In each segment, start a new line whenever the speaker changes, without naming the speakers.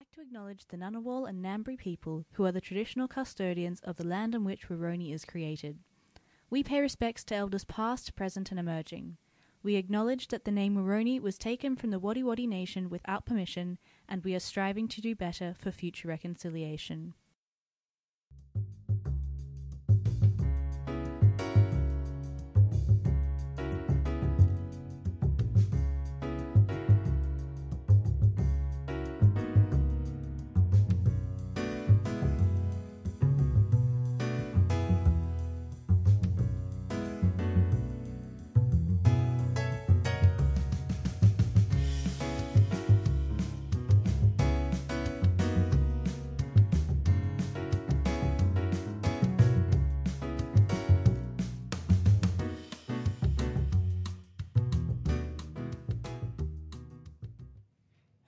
like to acknowledge the Ngunnawal and Ngambri people, who are the traditional custodians of the land on which Waroni is created. We pay respects to elders past, present, and emerging. We acknowledge that the name Waroni was taken from the Wadi Wadi Nation without permission, and we are striving to do better for future reconciliation.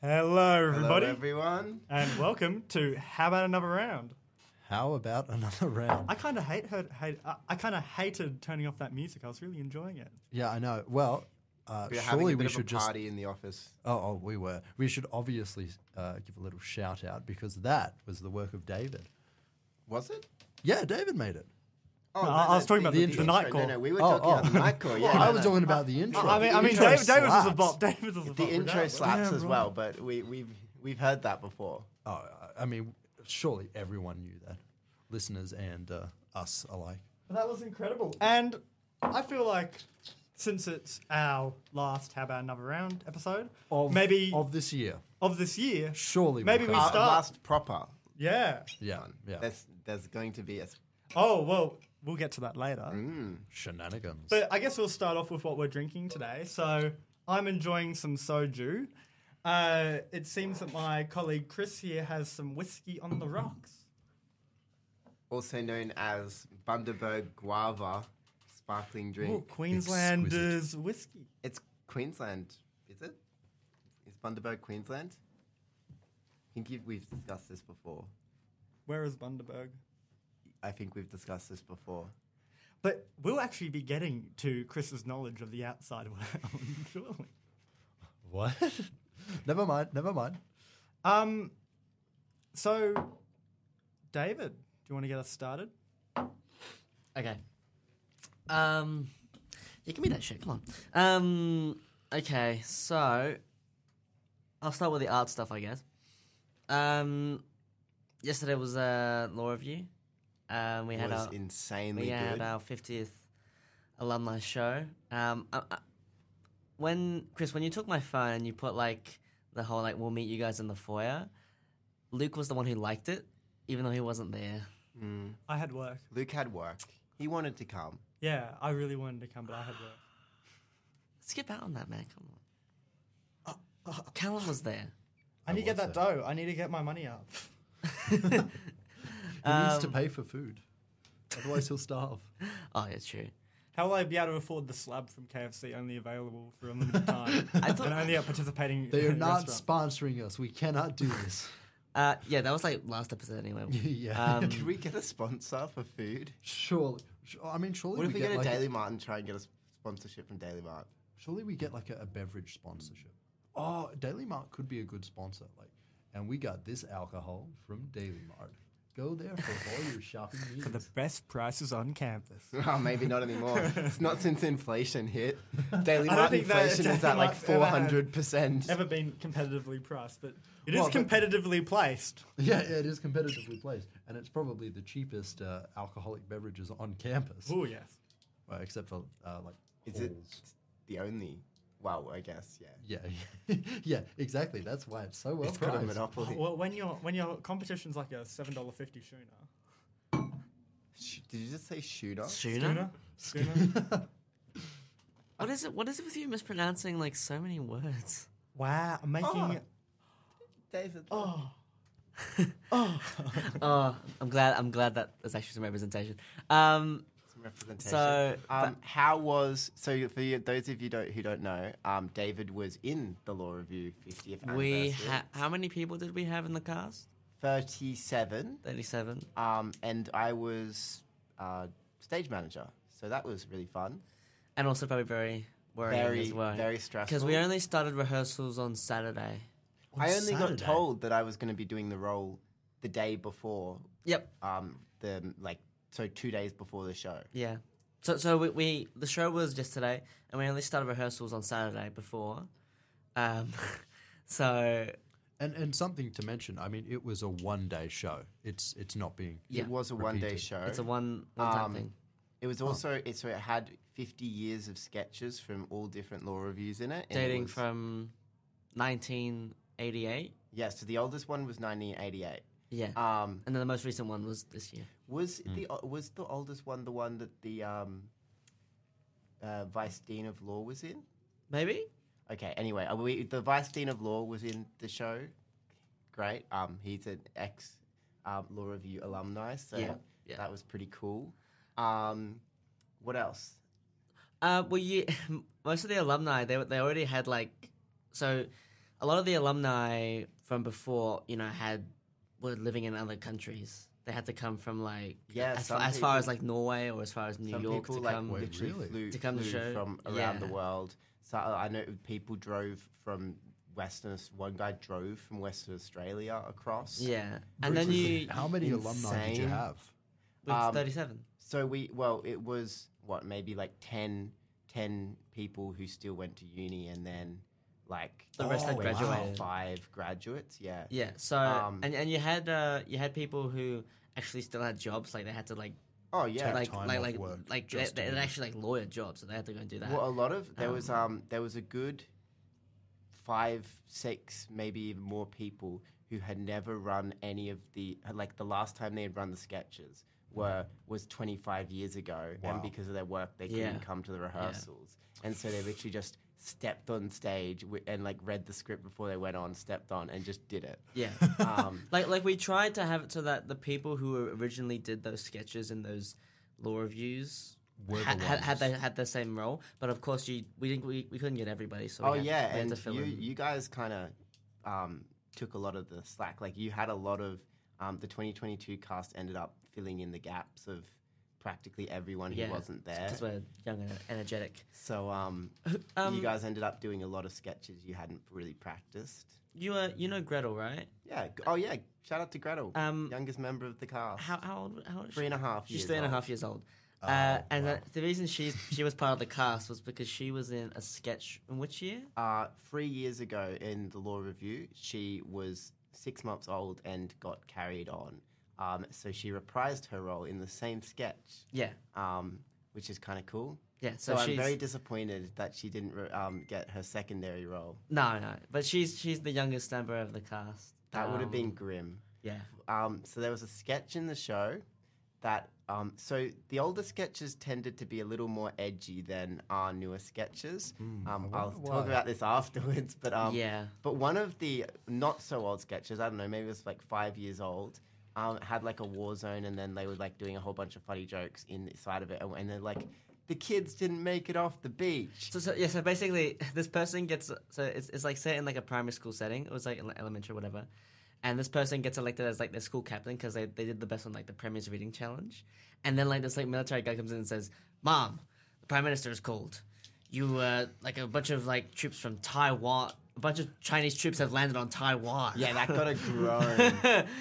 Hello, everybody,
Hello, everyone.
and welcome to How About Another Round.
How about another round?
I kind of hate, heard, hate I, I kind of hated turning off that music. I was really enjoying it.
Yeah, I know. Well, uh,
We were having
surely
a bit
we
of
should
a
just.
party in the office.
Oh, oh, we were. We should obviously uh, give a little shout out because that was the work of David.
Was it?
Yeah, David made it.
Oh,
No, I- I was talking about the-
the
night
intro. No,
call.
no, we were
Oh,
talking
oh.
about the night call. Yeah,
I
no,
was
no.
talking about the intro.
I mean, I mean,
Intro
David, David was a
slaps.
bop. David was a bop.
The intro
regardless.
slaps
Yeah,
as
right.
well, but we, we've we've heard that before.
Oh, I- I mean, surely everyone knew that, listeners and uh, us alike.
That was incredible. And I feel like since it's our last How About Another Round episode,
Of,
maybe of,
of this year,
this year,
surely.
Maybe
we
we
can't-
Our
start-
last proper
yeah.
Yeah, yeah.
There's there's going to be a s-
Oh, well, we'll get to that later.
Mm. Shenanigans.
But I guess we'll start off with what we're drinking today. So I'm enjoying some soju. Uh, it seems that my colleague Chris here has some whiskey on the rocks.
also known as Bundaberg Guava sparkling drink.
Ooh, Queenslander's whiskey.
It's Queensland, is it? Is Bundaberg Queensland? I think you- we've discussed this before.
Where is Bundaberg?
I think we've discussed this before.
But we'll actually be getting to Chris's knowledge of the outside world, surely.
what? never mind. Never mind.
Um, so, David, do you want to get us started?
Okay. Um, yeah, give me that shit. Come on. Um, okay, so I'll start with the art stuff, I guess. Um, yesterday was a law review. Um, we
It
had
was
our
insanely
we had
good.
our fiftieth alumni show. Um, I, I, when Chris, when you took my phone and you put like the whole like we'll meet you guys in the foyer, Luke was the one who liked it, even though he wasn't there.
I had work.
Luke had work. He wanted to come.
Yeah, I really wanted to come, but I had work.
Skip out on that, man. Come on. Callum was there.
I need to get that dough. I need to get my money out.
He needs to
Um,
pay for food, otherwise he'll starve.
Oh, yeah, true.
How will I be able to afford the slab from KFC only available for a limited time
I thought-
and only at participating
They are
in
not
restaurant?
sponsoring us. We cannot do this.
Uh, yeah, that was like last episode anyway.
Yeah.
Um,
Can we get a sponsor for food?
surely, su- I mean, surely
What
we
if we
get
go to
like
Daily Mart and try and get a s- sponsorship from Daily Mart?
surely we get like a, a beverage sponsorship. Oh, Daily Mart could be a good sponsor. Like, and we got this alcohol from Daily Mart. Go there for all your shopping needs.
the best prices on campus.
Oh, maybe not anymore. it's not since inflation hit. Daily
I don't
Mart
think that
inflation is
Daily
at like
Mart's ever
four
had-
hundred percent.
Never been competitively priced, but it is
Well, but-
competitively placed.
yeah, yeah, it is competitively placed, and it's probably the cheapest uh, alcoholic beverages on campus,
Oh yes.
well, except for uh, like.
Is it
Halls.
the only? Well, I guess yeah.
Yeah, yeah, exactly. That's why it's so well
It's got a
priced.
monopoly.
Well, when your when your competition's like a seven dollar fifty schooner.
Sh- Did you just say shooter?
Schooner?
Schooner.
What is it? What is it with you mispronouncing like so many words?
wow, I'm making.
David.
Oh.
Oh, I'm glad. I'm glad that there's actually some representation. Um,
Some representation.
So,
um, how was so for you, those of you don't, who don't know, um, David was in the law review 50th anniversary.
we ha- how many people did we have in the cast?
37,
Thirty-seven.
um, and I was uh, stage manager, so that was really fun.
and also probably very worrying
Very,
as well.
very stressful.
because we only started rehearsals on Saturday.
On
I only got
Saturday?
told that I was going to be doing the role the day before,
Yep.
um, the like so two days before the show.
Yeah. So so we, we the show was yesterday, and we only started rehearsals on Saturday before. Um, so
And and something to mention. I mean, it was a one day show. It's it's not being.
Yeah.
It was a one day
Repeated.
show.
it's a one Oh. one time
Oh. Um,
thing.
It was also it, so it had fifty years of sketches from all different law reviews in it. and it
Dating
was-
from 1988.
yeah, so the oldest one was nineteen eighty eight.
Yeah.
Um,
and then the most recent one was this year.
was
Hmm.
it the o- was the oldest one the one that the um, uh, vice dean of law was in?
Maybe.
Okay. Anyway, uh, we, the vice dean of law was in the show. Great. Um, he's an ex um, law review alumni, so
Yeah, yeah.
that was pretty cool. Um, what else?
Uh, well, you most of the alumni they they already had like so a lot of the alumni from before you know had were living in other countries. They had to come from like
Yeah,
as,
some
far, as far
people-
as like Norway or as far as New
Some
York
people
to
like
come.
Wait,
literally
really?
flew,
To come to
flew
show-
from around the
yeah.
world. So uh, I I know people drove from Western. Aus- One guy drove from Western Australia across.
yeah, and then
Really?
you
How many alumni did you
insane.
have?
with
Um,
thirty-seven.
So we well, it was what maybe like 10, 10 people who still went to uni, and then like
The rest had
Oh, wow.
graduated.
five graduates. Yeah.
Yeah. So
Um,
and and you had uh, you had people who actually still had jobs. Like they had to like
Oh yeah.
like
time
like
off
like
work
like they,
just to
they,
do
they're
that.
actually like lawyer jobs, so they had to go and do that.
well, a lot of there was um there was a good five, six, maybe even more people who had never run any of the like the last time they had run the sketches were was 25 years ago
Wow.
and because of their work they
Yeah.
couldn't come to the rehearsals and so they literally just stepped on stage wi- and like read the script before they went on stepped on and just did it
yeah.
um,
Like like we tried to have it so that the people who originally did those sketches and those law reviews
Were the
had, had, had
ones.
they had the same role, but of course you we didn't we, we couldn't get everybody. So we
oh
had,
yeah
we had to
and
fill
you,
in.
you guys kind of um, took a lot of the slack like you had a lot of um, the 2022 cast ended up filling in the gaps of practically everyone who
Yeah,
wasn't there
because we're young and energetic.
so um,
Um,
you guys ended up doing a lot of sketches you hadn't really practiced
You uh, you know Gretel, right?
yeah g- oh yeah shout out to gretel
Um,
youngest member of the cast
How how old how old is
three
she?
and a half
She's
years
three and a
old.
half years old. Uh,
Oh,
and
wow.
that- the reason she's she was part of the cast was because she was in a sketch in which year?
uh, three years ago in the law review, she was six months old and got carried on. Um, so she reprised her role in the same sketch,
Yeah,
um, which is kind of cool.
yeah.
So,
So, she's
I'm very disappointed that she didn't re- um, get her secondary role.
no no, but she's she's the youngest member of the cast.
That would have
Um,
been grim.
yeah.
Um, so there was a sketch in the show that. Um, so the older sketches tended to be a little more edgy than our newer sketches. um,
wonder
I'll
why.
talk about this afterwards, but um,
yeah.
But one of the not so old sketches, I don't know, maybe it was like five years old, um, had like a war zone, and then they were like doing a whole bunch of funny jokes in the side of it, and- and they're like, the kids didn't make it off the beach.
So, so yeah, so basically, this person gets so it's, it's like set in like a primary school setting. It was like ele- elementary, whatever. And this person gets elected as like their school captain because they, they did the best on like the premier's reading challenge. And then like this like military guy comes in and says, "Mom, the prime minister is called. You uh, like a bunch of like troops from Taiwan, a bunch of Chinese troops have landed on Taiwan."
yeah, that got a groan.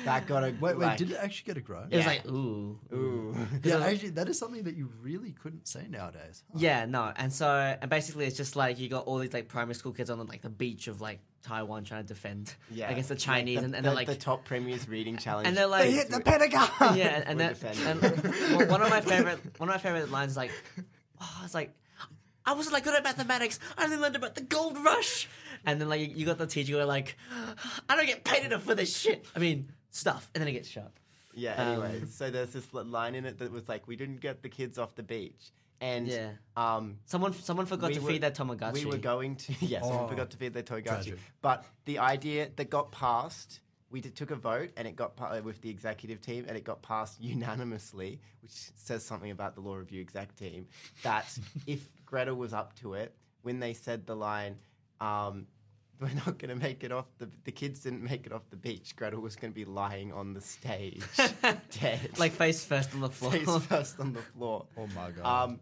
that got a
Wait, wait,
like,
did it actually get a grow?
It was
Yeah.
like ooh.
ooh.
Yeah,
I-
actually, that is something that you really couldn't say nowadays. huh?
Yeah, no, and so and basically it's just like you got all these like primary school kids on like the beach of like Taiwan trying to defend
Yeah,
against the
Like,
Chinese,
the-
and, and
the,
they're like
the top premier's reading challenge,
And they're like-
they hit the Pentagon.
yeah, and, and
We're
that
defending.
and w- one of my favorite one of my favorite lines is like, oh, it's like. I wasn't like good at mathematics. I only learned about the gold rush. And then like you, you got the teacher who are like, I don't get paid enough for this shit. I mean stuff. And then it gets shot.
Yeah,
Um,
anyway, so there's this li- line in it that was like, we didn't get the kids off the beach. And
Yeah.
um,
Someone someone forgot
We
to
were-
feed that Tomogachi.
We were going to. Yes,
Oh.
we forgot to feed their togashi.
Tragic.
But the idea that got passed, we did, took a vote and it got pa- uh, with the executive team and it got passed unanimously, which says something about the law review exec team. That if Greta was up to it, when they said the line, um, "We're not going to make it off the the kids didn't make it off the beach," Greta was going to be lying on the stage, dead,
like face first on the floor.
face first on the floor.
Oh my god.
Um,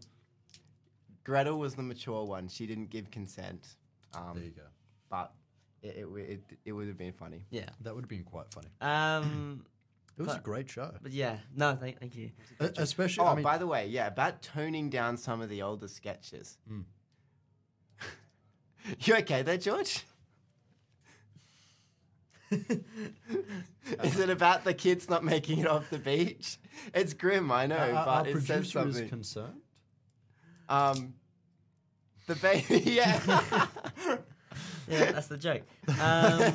Gretel was the mature one. She didn't give consent. Um,
there you go.
But It, it, w- it, it would have been funny.
Yeah.
That would have been quite funny.
Um,
It was a
But-
great show.
but yeah, no, thank, thank you.
E- Especially,
oh,
I mean,
by the way, yeah, about toning down some of the older sketches.
Hmm.
you okay there, George? is it about the kids not making it off the beach? It's grim, I know,
our,
but
our
it says
producer is
something.
concerned.
um, the baby, yeah,
Yeah, that's the joke. Um,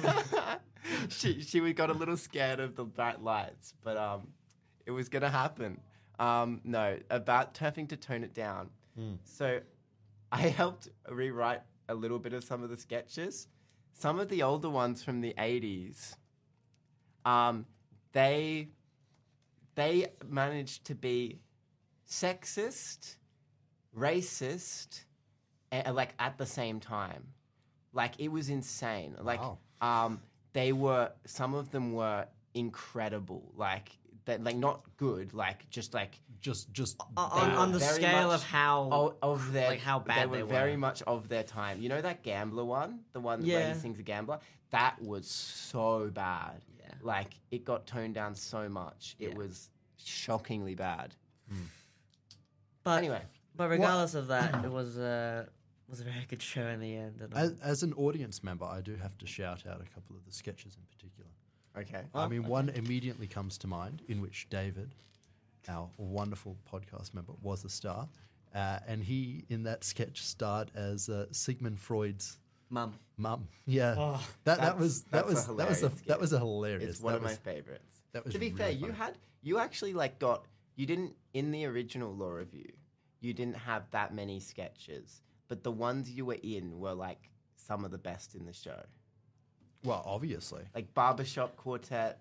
she she was- got a little scared of the bright lights, but um, it was gonna happen. Um, no, about having to tone it down. So I helped rewrite a little bit of some of the sketches. Some of the older ones from the 80s, um, they they managed to be sexist, racist, a- like at the same time. Like it was insane. Like
Wow.
um, they were some of them were incredible. Like that like not good, like just like
Just, just
Uh,
on, on the
Very
scale
much
of how
o- of their
like how bad
they were very much of their time. You know that gambler one, the one where
Yeah.
he sings a gambler. That was so bad.
Yeah.
Like it got toned down so much. It
Yeah.
was shockingly bad.
But
Anyway,
but regardless of that, it was uh, was a very good show in the end. And I,
as, as an audience member, I do have to shout out a couple of the sketches in particular.
okay.
I mean, one immediately comes to mind in which David, our wonderful podcast member, was a star. Uh, and he, in that sketch, starred as uh, Sigmund Freud's
mum,
mum. Yeah,
Oh,
that that
that's-
was
that's
that
a
was that was a,
hilarious
that was a hilarious.
It's one
that
of
was,
my favorites.
that was
to be
really
fair, you
funny.
had you actually like got you didn't in the original law review. You didn't have that many sketches, but the ones you were in were like some of the best in the show.
well, obviously.
like barbershop quartet.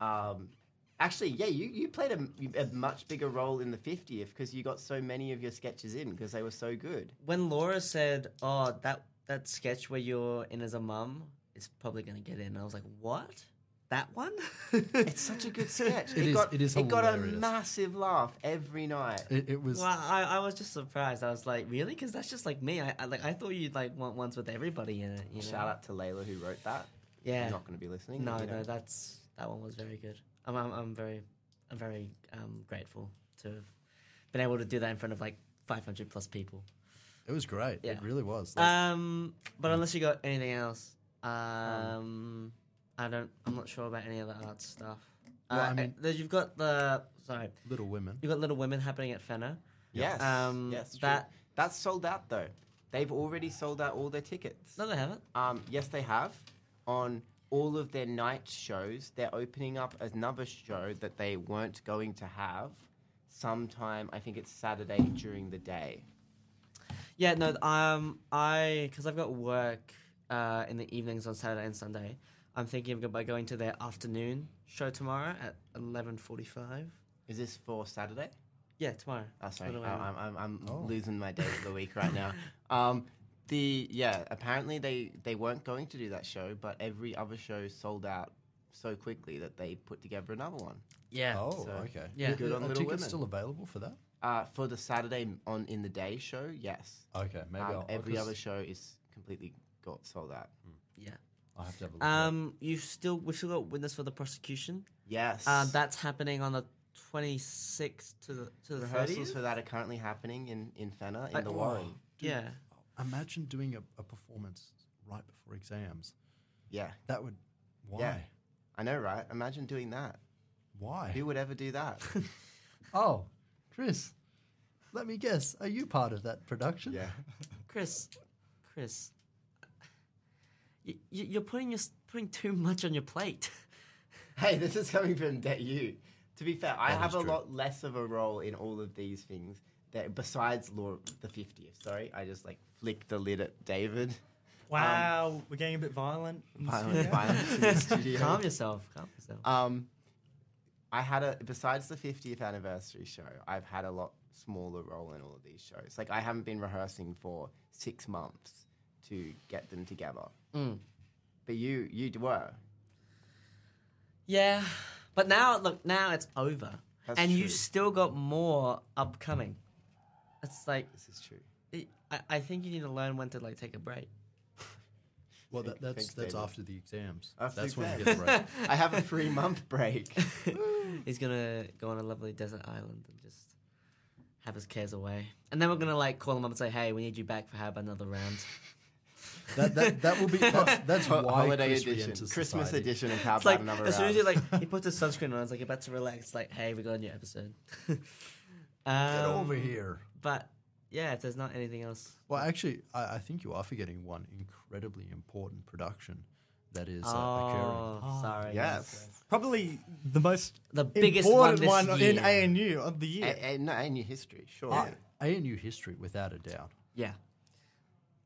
Um, actually, yeah, you, you played a, a much bigger role in the 50th because you got so many of your sketches in because they were so good.
when Laura said, "Oh, that that sketch where you're in as a mum is probably going to get in," I was like, "What? That one?"
It's such a good sketch.
It is-
got,
it is
It got a
hilarious.
massive laugh every night.
It, it was
Well, I, I was just surprised. I was like, "Really?" Because that's just like me. I, I like I thought you'd like want ones with everybody in it. You know?
Shout out to Layla who wrote that.
Yeah.
I'm not going to be listening.
No,
you know.
no, that's that one was very good. I'm, I'm, I'm very, I'm very um, grateful to have been able to do that in front of like 500 plus people.
it was great. It
Yeah.
really was. Like,
Um, but unless you got anything else, um, I don't. I'm not sure about any other art stuff.
Well, I
uh,
mean-
eh, you've got the sorry,
Uh,
Little Women.
you've got Little Women happening at Fenner.
Yes.
Um,
yes, true.
that-
That's sold out, though. They've already sold out all their tickets.
No, they haven't.
Um, yes, they have. On all of their night shows, they're opening up another show that they weren't going to have sometime, I think it's Saturday during the day.
Yeah, no, th- um, I because I've got work uh, in the evenings on Saturday and Sunday. I'm thinking of go- by going to their afternoon show tomorrow at 11:45.
Is this for Saturday?
Yeah, tomorrow.
Oh, sorry.
Little
I-
Women.
I'm, I'm, I'm
Oh.
losing my days of the week right now. Um, the Yeah, apparently they, they weren't going to do that show, but every other show sold out so quickly that they put together another one.
yeah.
oh,
so-
okay.
Yeah.
Good on
Are
Little
tickets
Women.
still available for that?
Uh, for the Saturday on in the day show, yes.
Okay, maybe
Um,
I'll,
every
I'll
other
just-
show is completely got sold out.
Yeah.
I'll have to have a look. at it.
Um, you still we've still got witness for the prosecution.
Yes.
Uh, that's happening on the 26th to the to the
rehearsals
30th.
for that are currently happening in in Fenner in
I-
the
Oh.
Warren.
Dude,
Yeah.
Imagine doing a, a performance right before exams.
Yeah,
That would. Why?
Yeah. I know, right? Imagine doing that.
Why?
Who would ever do that?
Oh, Chris, let me guess. Are you part of that production?
Chris, Chris, you, you're putting your, putting too much on your plate.
Hey, this is coming from De- you. To be fair, I
That
have
is
a
true.
lot less of a role in all of these things that besides law the 50th. Sorry, I just like flicked the lid at David.
Wow, we're getting a bit violent. in the
Violent,
studio.
violence in the studio.
calm yourself. Calm yourself.
Um, I had a besides the 50th anniversary show, I've had a lot smaller role in all of these shows. Like I haven't been rehearsing for six months to get them together.
Mm.
But you, you d- were.
Yeah, but now look, now it's over,
That's
and
true.
you've still got more upcoming. It's like
This is true.
I, I think you need to learn when to like take a break.
Well,
Think-
that, that's
think,
that's
David.
after the exams.
After the
that's when we get
exams.
the break.
I have a three month break.
He's gonna go on a lovely desert island and just have his cares away. And then we're gonna like call him up and say, "Hey, we need you back for have another round."
That, that, that will be that's, that's
Ho-
why
holiday
Chris
edition,
reenters
Christmas
society.
edition of How
It's
About
like
Another
as soon as
Round.
he like he puts his sunscreen on, it's like about to relax. Like, hey, we got a new episode.
Get
Um,
over here.
But yeah, if there's not anything else,
Well, actually, I, I think you are forgetting one incredibly important production that is uh, occurring.
oh, sorry.
Yes.
Probably the most
The biggest one
important
this
one, in
year.
ANU of the year.
A- a- no, and your history, sure.
Uh, ANU history, without a doubt.
Yeah.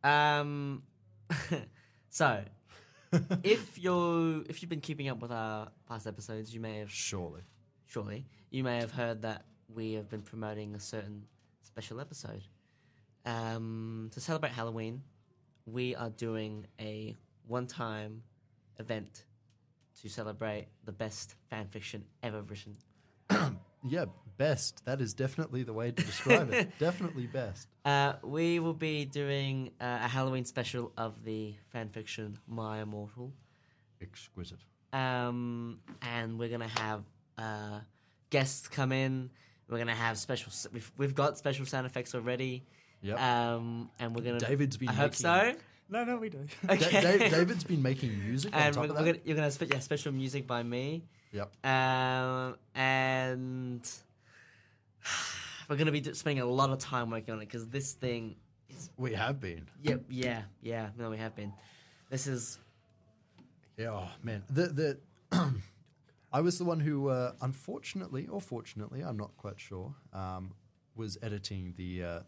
Um. so, if you if you've been keeping up with our past episodes, you may have
Surely.
surely you may have heard that we have been promoting a certain special episode. Um, to celebrate Halloween, we are doing a one-time event to celebrate the best fan fiction ever written.
Yeah, best. That is definitely the way to describe it. Definitely best.
Uh, we will be doing uh, a Halloween special of the fan fiction My Immortal.
Exquisite.
um, and we're gonna have uh, guests come in. We're gonna have special. s- We've, we've got special sound effects already.
Yep.
Um, and we're gonna.
David's been
I hope
making-
so.
no, no, we do.
Da-
Okay.
Da- David's been making music on
and
top
we're,
of
we're
that.
gonna, you're gonna have spe- yeah, special music by me.
Yep.
Um, and we're gonna be do- spending a lot of time working on it because this thing.
We have been.
Yep. Yeah. Yeah. No, we have been. This is
Yeah, oh, man. The the I was the one who, uh, unfortunately or fortunately, I'm not quite sure, um, was editing the uh,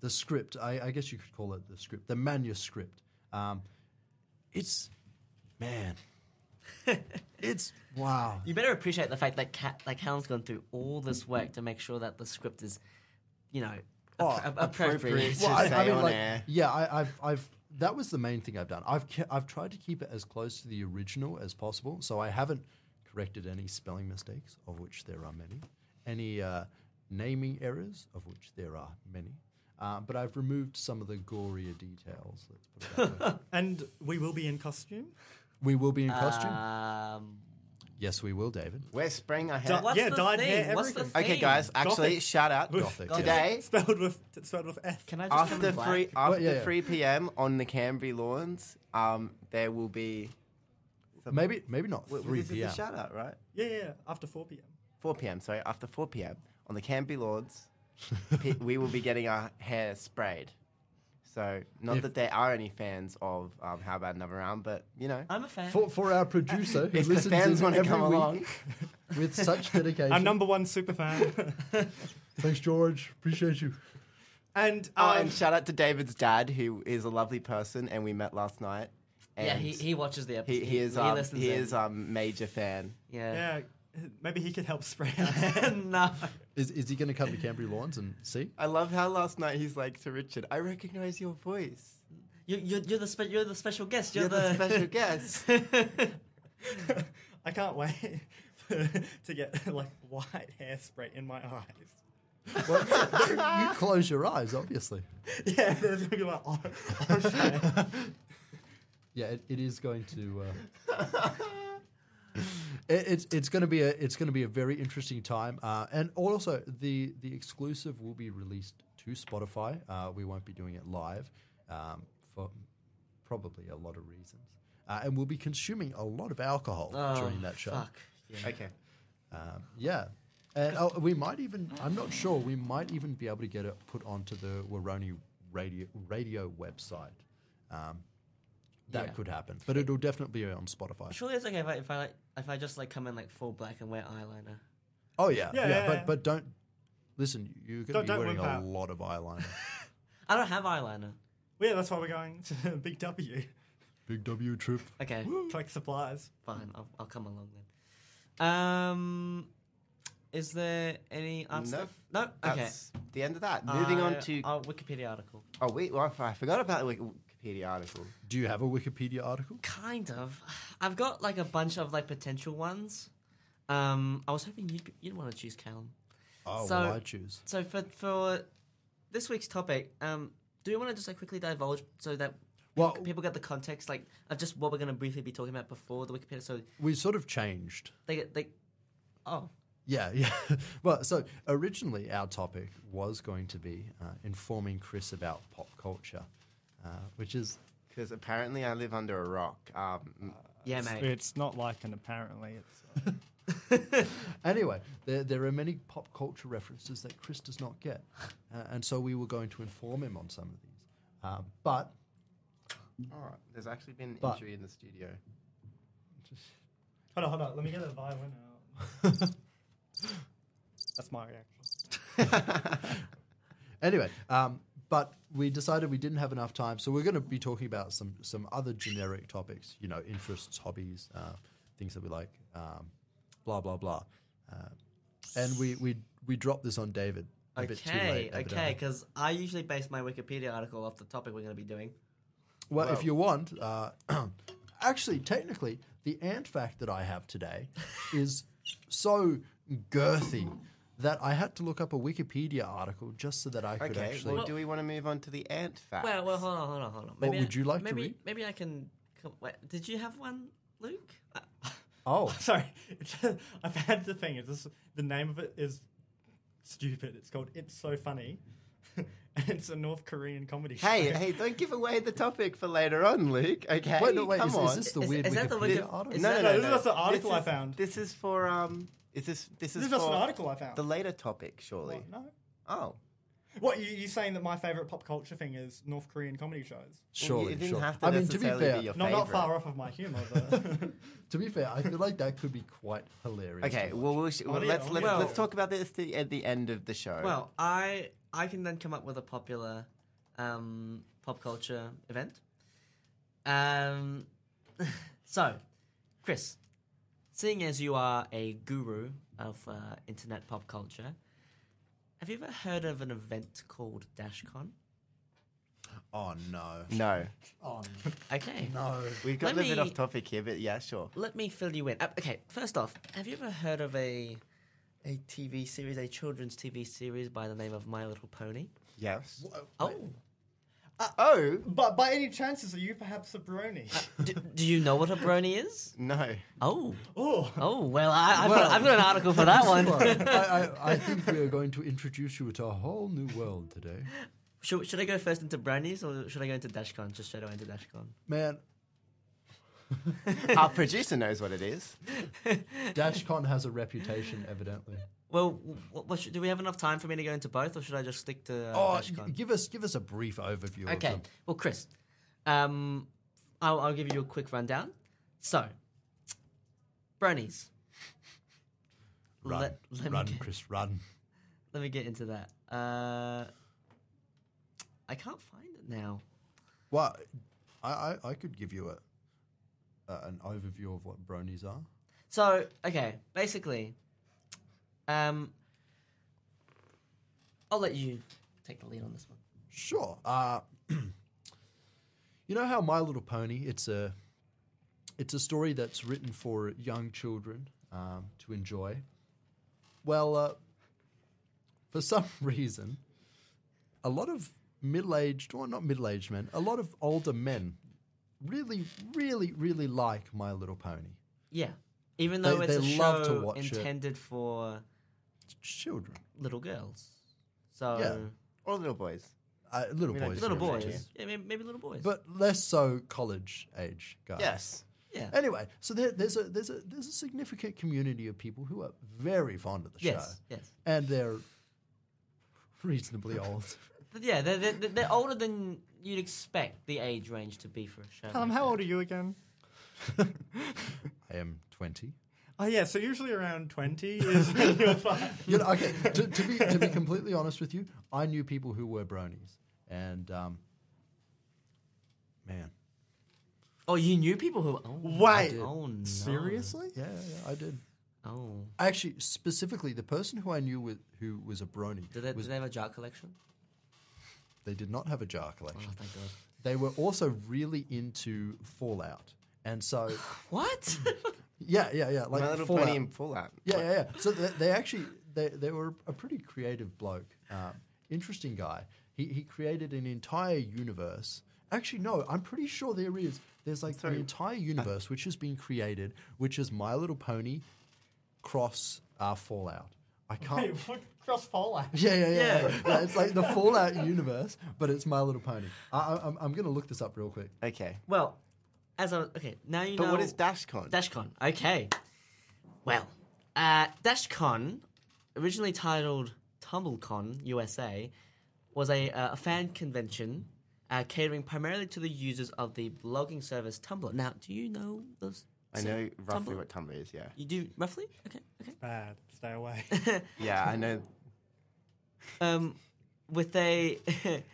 the script. I, I guess you could call it the script, the manuscript. Um, it's man, it's wow.
You better appreciate the fact that Cat, like Helen's gone through all this work to make sure that the script is, you know,
Oh,
appro- appropriate.
appropriate. Well, I- say on air.
yeah, I, I've, I've, that was the main thing I've done. I've, ke- I've tried to keep it as close to the original as possible, so I haven't corrected any spelling mistakes, of which there are many, any uh, naming errors, of which there are many. Uh, but I've removed some of the gorier details. Let's put it that way.
And we will be in costume.
we will
Uh,
be in costume.
Um,
yes, we will, David.
We're spraying our
Duh,
hair.
what's
yeah,
the
dyed
thing?
hair,
What's the
everything.
thing?
Okay, guys, actually,
Gothic.
shout out.
Gothic. yeah.
Today,
Spelled with spelled with F.
Can I just come
after
in black?
three after
yeah, yeah.
three p.m. on the Canberra lawns, um, there will be some-
Maybe, maybe not
Well,
three
this is
p.m.
a shout out, right?
Yeah, yeah, yeah, after 4 p.m.
Four p.m. Sorry, after four p.m. on the Canberra lawns, pe- we will be getting our hair sprayed. So, not
If-
that there are any fans of um, How About Another Round, but you know,
I'm a fan.
For, for our producer who
if the
listens
fans
in
want to
every
come
week
along,
with such dedication.
Our number one super fan.
Thanks, George. Appreciate you.
and um,
oh, and shout out to David's dad, who is a lovely person, and we met last night. And
yeah, he, he watches the episode.
he, he is um,
listens
he
in.
is um, major fan.
yeah.
yeah, maybe he could help spray our hair.
no.
Is, is he going to come to Canberra Lawns and see?
I love how last night he's like to Richard, I recognize your voice.
You, you're, you're, the spe- you're the special guest. You're,
You're the special guest.
I can't wait to get like white hairspray in my eyes.
Well, you close your eyes, obviously.
Yeah, there's gonna be like oh, orange hair.
Yeah, it, it is going to. Uh, it, it's it's going to be a it's going to be a very interesting time, uh, and also the the exclusive will be released to Spotify. Uh, we won't be doing it live um, for probably a lot of reasons, uh, and we'll be consuming a lot of alcohol
oh,
during that show.
Fuck.
okay.
Um, yeah. And oh, we might even, I'm not sure, we might even be able to get it put onto the Waroni radio, radio website. Um, that
Yeah.
could happen, but it'll definitely be on Spotify.
Surely it's okay if I, if I like if I just like come in like full black and wear eyeliner.
Oh, yeah. Yeah,
Yeah, yeah, yeah.
But, but don't, listen, you're
Don't-
going to be
don't
wearing
wimp
a
out.
lot of eyeliner.
I don't have eyeliner.
well, yeah, that's why we're going to Big W.
Big W trip.
Okay.
Collect supplies.
Fine, I'll, I'll come along then. Um, is there any art
No.
stuff? No. Okay.
That's the end of that. Moving on
I-
to
our Wikipedia article.
oh wait, well, I forgot about the Wikipedia article.
Do you have a Wikipedia article?
Kind of. I've got like a bunch of like potential ones. Um, I was hoping you'd be- you'd want to choose Callum.
Oh,
So-
well, I choose.
So for for this week's topic, um, do we want to just like quickly divulge so that
Well,
people get the context, like of just what we're going to briefly be talking about before the Wikipedia. So
we sort of changed.
they get they, oh,
Yeah, yeah. well, so originally our topic was going to be uh, informing Chris about pop culture, uh, which is
Because apparently I live under a rock. Um,
yeah, mate.
It's not like an apparently. It's, uh,
Anyway, there, there are many pop culture references that Chris does not get, uh, and so we were going to inform him on some of these. Uh, but
all right, there's actually been an
But-
injury in the studio.
hold on, hold on. Let me get the violin out. That's my reaction.
anyway, um, but we decided we didn't have enough time, so we're going to be talking about some some other generic topics, you know, interests, hobbies, uh, things that we like, um, blah blah blah. Uh, and we we we dropped this on David. A bit too
Okay,
late,
okay,
evidently.
because I usually base my Wikipedia article off the topic we're going to be doing.
Well,
Well-
if you want, uh, actually, technically, the ant fact that I have today is so girthy that I had to look up a Wikipedia article just so that I could
Okay,
actually.
well, do we want to move on to the ant facts?
Well, well, hold on, hold on, hold on.
would you like to
maybe,
read?
Maybe I can. come- Wait, did you have one, Luke? Uh,
oh,
Sorry, it's, I've had the thing. It's just, the name of it is stupid. It's called It's So Funny. and it's a North Korean comedy
hey,
show.
hey, don't give away the topic for later on, Luke. Okay,
wait, no, wait,
come
is,
on.
is this the
Is-
weird
is that the
Wikipedia
Wiki-
article?
is
no,
that-
no,
No,
no,
this
no.
is just an article
this
I
is-
found.
This is for um. Is this this is
This is just
for
an article I found.
the later topic, surely?
What, no.
Oh,
What, you, you saying that my favourite pop culture thing is North Korean comedy shows?
Surely,
Surely,
it didn't
surely.
have to
I mean, to be
necessarily
fair,
your
Not, not
favourite.
far off of my humour, but.
to be fair, I feel like that could be quite hilarious.
Okay, well, we'll, sh-
Oh,
well
yeah,
let's
oh,
let's,
yeah.
let's talk about this the, at the end of the show.
Well, I I can then come up with a popular um, pop culture event. Um, so, Chris, seeing as you are a guru of uh, internet pop culture, have you ever heard of an event called DashCon?
oh no,
no,
oh
Okay.
no.
we've got
Let
a little bit
me-
off topic here, but yeah, sure.
Let me fill you in. Uh, okay, first off, have you ever heard of a a TV series, a children's TV series by the name of My Little Pony?
Yes.
Oh,
Oh
but by any chances, are you perhaps a brony?
do, do you know what a brony is?
no,
Oh,
oh,
oh well, I, I've,
Well-
got, I've got an article for that
Well,
one.
I, I, I think we are going to introduce you to a whole new world today,
should, should I go first into bronies or should I go into Dashcon? Just straight away into Dashcon.
man.
our producer knows what it is.
Dashcon has a reputation, evidently.
Well, what, what should, do we have enough time for me to go into both, or should I just stick to uh,
Oh,
Dashcon?
give us give us a brief overview. Of
Okay.
them.
Well, Chris, um, I'll, I'll give you a quick rundown. So, bronies.
Run,
Let, let
run,
me get,
Chris, run.
let me get into that. Uh, I can't find it now.
Well, I, I, I could give you a, a an overview of what bronies are.
So, okay, basically, um, I'll let you take the lead on this one.
Sure. Uh, you know how My Little Pony? It's a it's a story that's written for young children um, to enjoy. Well, uh, for some reason, a lot of middle-aged, or not middle-aged men, a lot of older men, really, really, really like My Little Pony.
Yeah, even though
They-
it's
they
a
love to
show
watch it.
intended for
Children,
little girls. So.
Yeah.
Or little boys.
uh, little
We don't
boys,
Little
really.
Right, yeah.
boys. Yeah, maybe, maybe little boys.
but less so college age guys.
Yes.
yeah.
Anyway, so there, there's a there's a there's a significant community of people who are very fond of the
Yes,
show,
yes.
and they're reasonably old.
But yeah, they're, they're, they're older than you'd expect the age range to be for a show.
Callum,
like
how
that.
old are you again?
I am twenty.
Oh, yeah, so usually around 20 is when you're fine.
You know, okay. To, to be to be completely honest with you, I knew people who were bronies, and um, man,
Oh, you knew people who. Oh,
Wait.
Oh, no.
yeah, yeah, I did.
Oh.
Actually, specifically, the person who I knew with, who was a brony,
Do they,
was,
do they have a jar collection?
they did not have a jar
Oh,
collection.
thank God.
They were also really into Fallout, and so
What?
yeah, yeah, yeah, like
My little
Fallout.
pony and Fallout.
Yeah, yeah, yeah. So they, they actually they, they were a pretty creative bloke, um, interesting guy. He he created an entire universe Actually, no. I'm pretty sure there is. There's like
Sorry,
the entire universe which has been created, which is My Little Pony, cross uh, Fallout. I can't.
Wait, what? Cross Fallout.
Yeah, yeah, yeah. yeah. Yeah, it's like the Fallout universe, but it's My Little Pony. I, I, I'm, I'm gonna look this up real quick.
Okay.
Well, as I was, okay, now you
But
know.
what is DashCon?
DashCon? Okay. Well, uh, DashCon, originally titled TumbleCon USA, was a, uh, a fan convention uh, catering primarily to the users of the blogging service Tumblr. Now, do you know those?
I know roughly
Tumblr?
what Tumblr is, yeah.
You do roughly? Okay, okay.
Bad. Stay away.
Yeah, I know.
Um, with a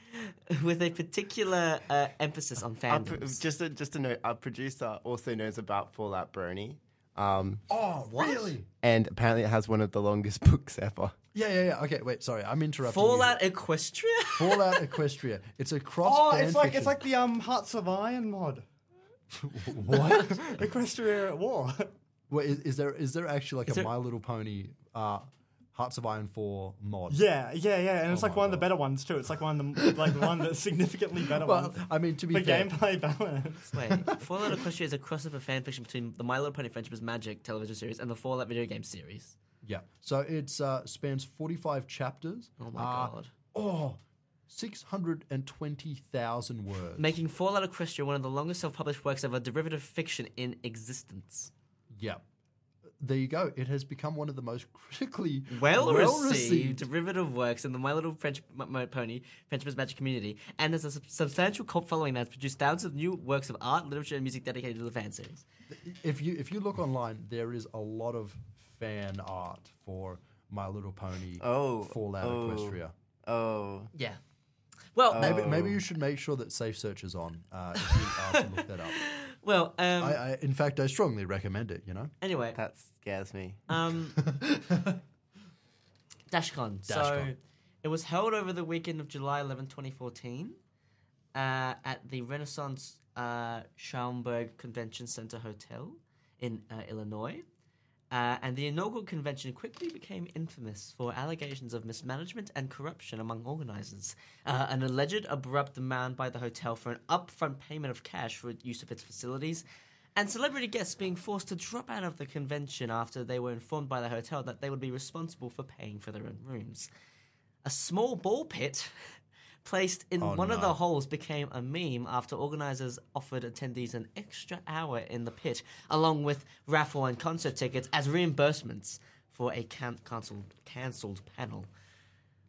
with a particular uh, emphasis on
Our pro-
fandoms.
just, a, just a note, our producer also knows about Fallout Brony. Um,
Oh, really?
and apparently it has one of the longest books ever.
Yeah, yeah, yeah. Okay, wait. Sorry, I'm interrupting. you.
Fallout Equestria.
Fallout Equestria. It's a cross.
oh,
fan
it's like it's
fiction.
like the um Hearts of Iron mod.
what?
Equestria at war.
Wait, is, is there is there actually like a
Is there-
My Little Pony uh, Hearts of Iron Four mod?
yeah, yeah, yeah, and it's
Oh
like
my
one of the
God.
better ones too. It's like one of the like one that's significantly better
Well,
ones
I mean, to be
for
fair,
gameplay balance.
Wait, Fallout Equestria is a crossover fanfiction between the My Little Pony Friendship is Magic television series and the Fallout video game series.
yeah. So it's uh, spans forty five chapters.
Oh my
uh,
god.
Oh, six hundred and twenty thousand words.
Making Fallout Equestria one of the longest self published works of a derivative fiction in existence.
yeah. There you go. It has become one of the most critically
Well, received,
received
derivative works in the My Little French, M- M- Pony Friendship is Magic community and has a sub- substantial cult following that has produced thousands of new works of art, literature, and music dedicated to the fan series.
if you if you look online, there is a lot of fan art for My Little Pony
Oh,
Fallout
oh.
Equestria.
Oh.
Yeah. Well,
Maybe, maybe
Um,
you should make sure that Safe Search is on uh, if you are to look that up.
well, um,
I, I, in fact, I strongly recommend it. You know,
anyway.
That scares me.
Um, Dashcon. So
Dashcon.
it was held over the weekend of July 11, 2014, uh, at the Renaissance uh, Schaumburg Convention Center Hotel in uh, Illinois. Uh, and the inaugural convention quickly became infamous for allegations of mismanagement and corruption among organizers. Uh, an alleged abrupt demand by the hotel for an upfront payment of cash for use of its facilities, and celebrity guests being forced to drop out of the convention after they were informed by the hotel that they would be responsible for paying for their own rooms. A small ball pit placed in
Oh,
one of
no.
the holes became a meme after organizers offered attendees an extra hour in the pit, along with raffle and concert tickets as reimbursements for a can- cancelled cancelled panel.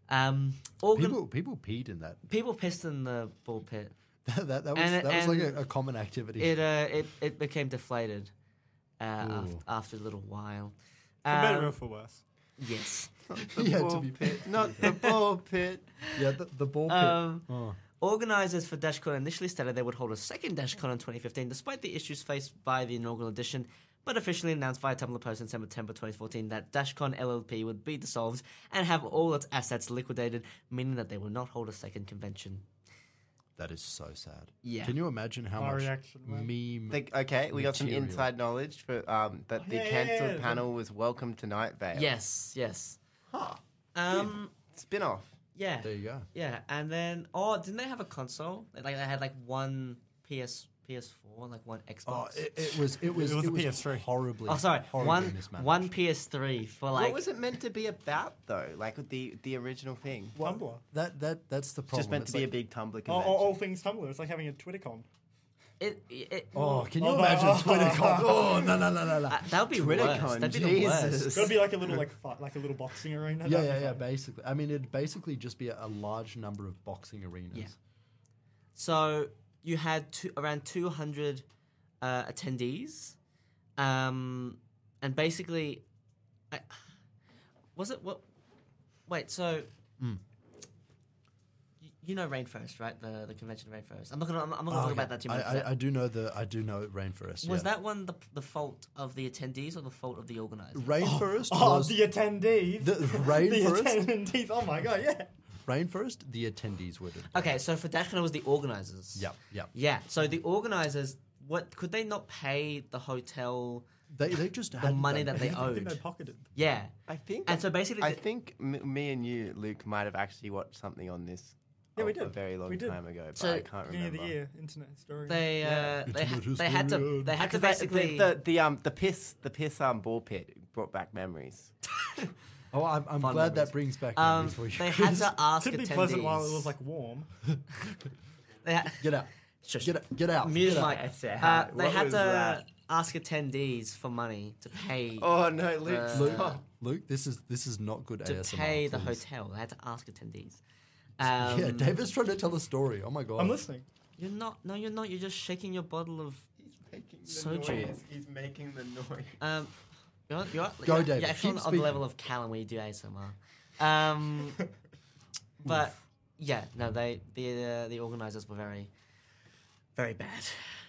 Um, organ- people-,
people people peed in that.
pissed in the ball pit.
that, that, that was
And-
that was like
and
a, a common activity.
It uh, it, it became deflated uh, after, after a little while.
For better or
Um,
for worse.
yes.
The
Yeah, to
ball
be-
pit. Not the ball pit.
yeah, the, the ball pit.
Um,
Oh.
Organisers for DashCon initially stated they would hold a second DashCon in 2015, despite the issues faced by the inaugural edition, but officially announced via Tumblr post in September 2014 that DashCon LLP would be dissolved and have all its assets liquidated, meaning that they will not hold a second convention.
That is so sad.
Yeah.
Can you imagine how
My
much
reaction went-
meme?
The, okay, we got some
Material.
inside knowledge for um, that the
yeah, yeah,
cancelled
yeah.
panel was Welcome to Night Vale.
Yes, yes.
Huh.
Um,
Spin off.
yeah,
There you go.
yeah. And then, oh, didn't they have a console? Like, they had like one PS, PS4, and like one Xbox.
Oh, it, it was it was
It
it
was
was,
a PS3.
horribly.
Oh, sorry,
horribly
one
mismanaged.
one PS3 for like
what was it meant to be about though? Like with the the original thing.
Well,
Tumblr.
That that that's the problem.
Just meant
It's
to be
like-
a big Tumblr
All,
convention.
all, all things Tumblr. It's like having a TwitterCon.
it, it,
Oh, can you
Oh, no.
imagine TwitterCon? Oh no no no no no.
Uh, that would be
TwitterCon,
worse. That'd be the worst.
Jesus.
It's gotta be like a little like fi- like a little boxing arena.
Yeah
That'd
yeah
be
yeah.
fun.
Basically, I mean it'd basically just be a, a large number of boxing arenas.
Yeah. So you had two, around 200 uh, attendees, um, and basically, I, was it what? Wait, so
Hmm.
you, you know Rainforest, right? The the convention of Rainforest. I'm not gonna I'm, I'm not gonna
Oh,
talk
okay.
about that too much.
I, I, I do know the I do know rainforest.
was
yeah.
that one the, the fault of the attendees or the fault of the organizers?
rainforest?
Oh,
was,
the attendees.
The rainforest?
attendees. Oh my god, yeah.
rainforest. The attendees would. have-
Okay, so for DashCon it was the organizers.
Yeah yeah.
Yeah. So the organizers, what could they not pay the hotel?
They they just
the money that they
I think they
owed.
pocketed.
Yeah.
I think.
And so basically,
I
the-
think m- me and you, Luke, might have actually watched something on this.
Yeah, we
of a
did.
very long
We did.
time aago, but
So,
I can't
Beginning of
remember.
the year, internet story.
They uh, they, ha-
Internet
they had to
historian.
they had to
Because that- the-
basically
the, the um the piss the piss um ball pit brought back memories.
Oh, I'm, I'm glad
Fun memories.
that brings back
um,
memories for you.
they had
Chris.
to ask
Could be
attendees.
pleasant while it was like warm.
they ha-
get out.
Shush.
Get out. Get out.
Mute
Get
his
out.
mic.
That's it.
Uh, they
What
had to
was that?
ask attendees for money to pay
Oh no, Luke!
Uh,
Luke,
stop.
Luke, this is this is not good
to
ASMR.
pay the
please.
hotel. They had to ask attendees. Um,
yeah, David's trying to tell a story. Oh my god.
I'm listening.
You're not. No, you're not. You're just shaking your bottle of. Soju. noise.
He's making the noise.
Um, you're, you're,
Go,
you're,
David,
You're
keep
actually on the
speaking.
level of Cal and we do ASMR. Um, but yeah, no, they the uh, the organizers were very, very bad.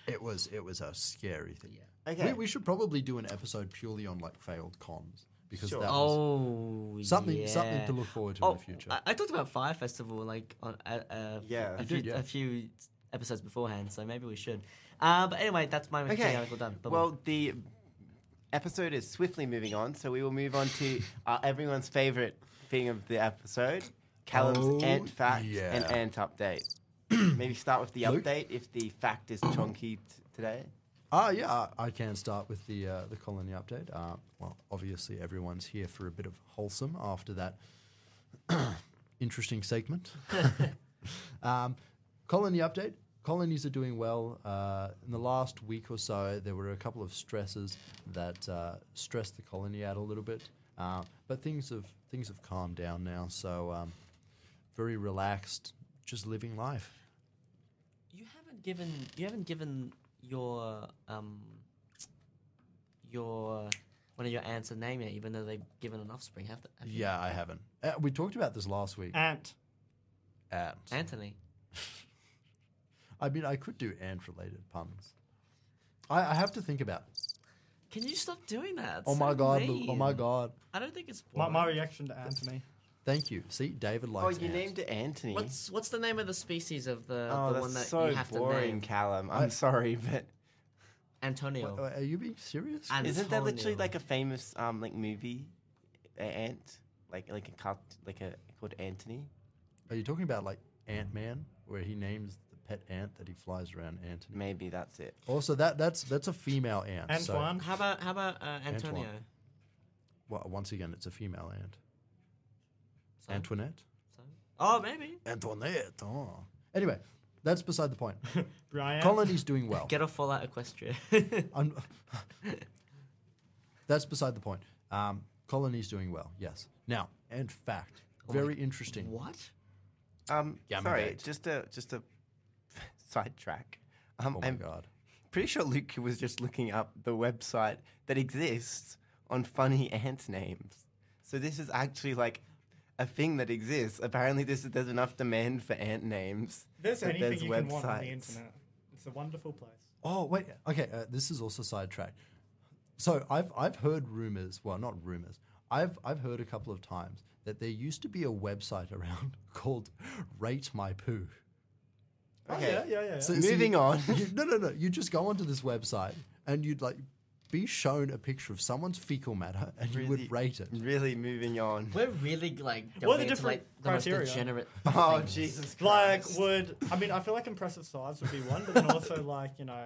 It was it was a scary thing.
Okay.
We, we should probably do an episode purely on like failed cons because
Sure.
that was
Oh,
something
yeah. Oh,
something to look forward to in the future.
I, I talked about Fire Festival like on uh, uh,
Yeah.
a,
You
few,
did, yeah.
a few episodes beforehand, so maybe we should. Uh, but anyway, that's my
Okay.
mechanical done. Bye-bye.
Well, the episode is swiftly moving on, so we will move on to uh, everyone's favorite thing of the episode: Callum's
Oh,
ant fact
yeah.
and ant update. Maybe start with the
Luke?
update if the fact is chunky t- today.
Ah, yeah, I- I can start with the uh, the colony update. Uh, well, obviously everyone's here for a bit of wholesome after that interesting segment. um, colony update. Colonies are doing well. Uh, in the last week or so, there were a couple of stresses that uh, stressed the colony out a little bit, uh, but things have things have calmed down now. So um, very relaxed, just living life.
you haven't given you haven't given your um your one of your ants a name yet, even though they've given an offspring, have they? have you?
Yeah, I haven't. Uh, we talked about this last week.
Ant.
At
Anthony.
I mean, I could do ant related puns. I, I have to think about. It.
Can you stop doing that? It's
Oh my
so
god! Luke, oh
mean.
my god!
I don't think it's
My, my
polite.
reaction to Anthony.
Thank you. See, David
Oh,
likes.
you
ants.
named it Anthony.
What's what's the name of the species of the,
oh,
the
that's
one that
so
you have
boring,
to name?
Callum. I'm sorry, but
Antonio.
Wha- uh, Are you being serious?
Ant-
isn't that literally
Antonio.
like a famous um like movie? A- Ant, like like a cult, like a called Anthony.
Are you talking about like Ant Man, where he names the pet ant that he flies around Anthony?
Maybe that's it.
Also, that that's that's a female ant. so-
Antoine.
How about how about uh, Antonio?
Antoine. well, once again, it's a female ant.
So-
Antoinette.
so- Oh, maybe.
Antoinette. Oh. Anyway, that's beside the point.
Brian.
Colony's doing well.
Get off Fallout Equestria.
I'm, that's beside the point. Um, Colony's doing well, yes. Now, in fact,
Oh my-
very interesting.
what?
Um,
Gamma
sorry,
gate.
just a just a sidetrack. Um,
Oh my
I'm
god!
pretty sure Luke was just looking up the website that exists on funny ant names. So this is actually like a thing that exists. Apparently, this there's enough demand for ant names.
There's
that
anything you can want on the
websites.
internet. It's a wonderful place.
Oh wait, okay. Uh, this is also sidetracked. So I've I've heard rumors. Well, not rumors. I've I've heard a couple of times that there used to be a website around called Rate My Poo.
Okay.
Oh, yeah, yeah, yeah. yeah.
So- so
Moving
you-
on.
you- no, no, no. You just go onto this website and you'd like be shown a picture of someone's fecal matter and you
Really-
would rate it.
Really moving on.
We're really like
What are the
delving into,
different
like, the most
criteria?
degenerate.
Oh
things.
Jesus
like,
Christ!
would. I mean, I feel like impressive size would be one, but then also, like, you know.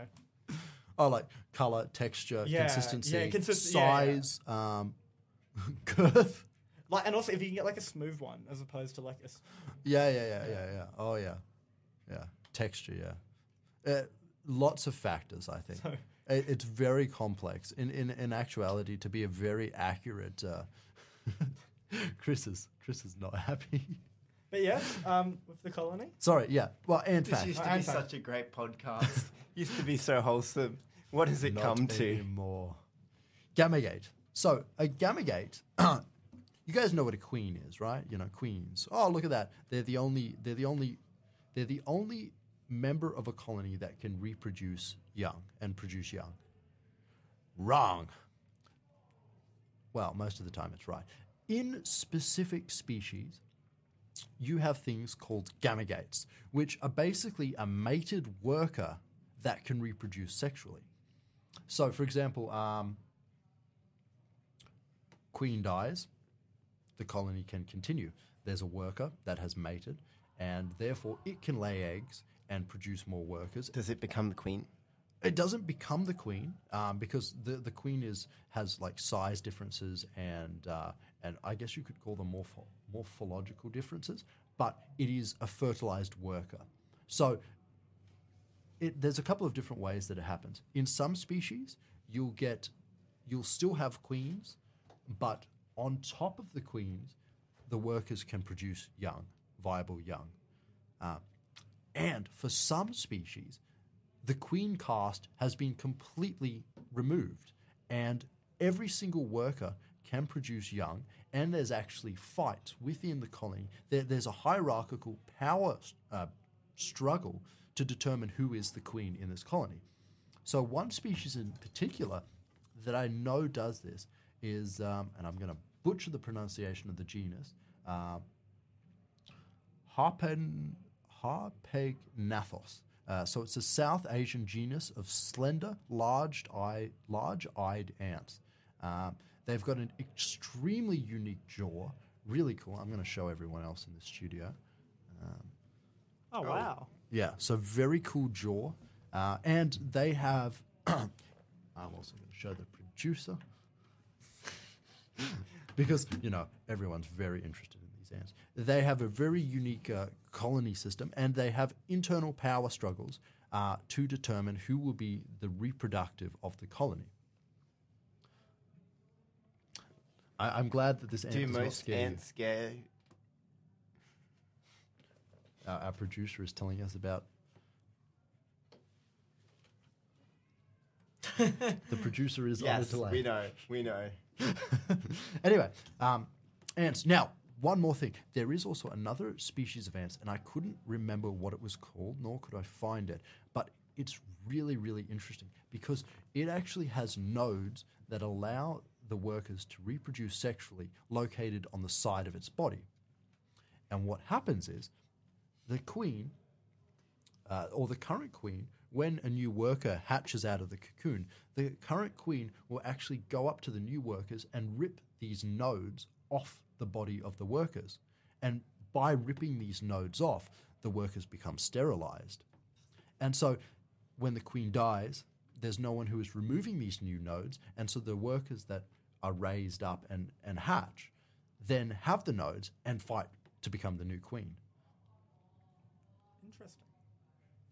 Oh, like color, texture,
Yeah,
consistency,
yeah, consist- yeah, yeah.
size, Um, girth.
Like, and also, if you can get, like, a smooth one as opposed to, like, a. s-
Yeah, yeah, yeah, yeah, yeah. Oh, yeah, yeah. Texture, yeah. Uh, lots of factors, I think.
So-
It, it's very complex. In, in in actuality, to be a very accurate. Uh, Chris is Chris is not happy.
But yeah, um, with the colony.
Sorry, yeah. Well, and
This
fact,
used
Oh,
to be
ant fact.
such a great podcast. used to be so wholesome. What has it
not
come to?
anymore. Gamagate. So a gamagate. you guys know what a queen is, right? You know queens. Oh, look at that. They're the only. They're the only. They're the only member of a colony that can reproduce young and produce young. Wrong. Well, most of the time it's right. In specific species, you have things called gamagates, which are basically a mated worker that can reproduce sexually. So, for example, um, queen dies, the colony can continue. There's a worker that has mated, and therefore it can lay eggs and produce more workers.
Does it become the queen?
It doesn't become the queen um, because the the queen is has like size differences and uh, and I guess you could call them morpho- morphological differences, but it is a fertilized worker. So it, there's a couple of different ways that it happens. In some species, you'll get, you'll still have queens, but on top of the queens, the workers can produce young, viable young. Uh, and for some species, the queen caste has been completely removed, and every single worker can produce young. And there's actually fights within the colony. There, there's a hierarchical power uh, struggle to determine who is the queen in this colony. So one species in particular that I know does this is, um, and I'm going to butcher the pronunciation of the genus, uh, Harpen, Harpegnathos. Uh, so it's a South Asian genus of slender, large eye, large-eyed ants. Um, they've got an extremely unique jaw. Really cool. I'm going to show everyone else in the studio.
Oh, wow.
Yeah, so very cool jaw. Uh, and they have. I'm also going to show the producer. because, you know, everyone's very interested in these ants. They have a very unique uh, colony system and they have internal power struggles uh, to determine who will be the reproductive of the colony. I, I'm glad that this ant
Do
does not
most
scare you.
ants scare?
our, our producer is telling us about. the producer is on the
Yes,
delay.
we know. We know.
anyway, um, ants. Now, one more thing. There is also another species of ants, and I couldn't remember what it was called, nor could I find it. But it's really, really interesting because it actually has nodes that allow the workers to reproduce sexually located on the side of its body. And what happens is the queen uh, or the current queen, when a new worker hatches out of the cocoon, the current queen will actually go up to the new workers and rip these nodes off the body of the workers. And by ripping these nodes off, the workers become sterilized. And so when the queen dies, there's no one who is removing these new nodes. And so the workers that are raised up and, and hatch then have the nodes and fight to become the new queen.
Interesting.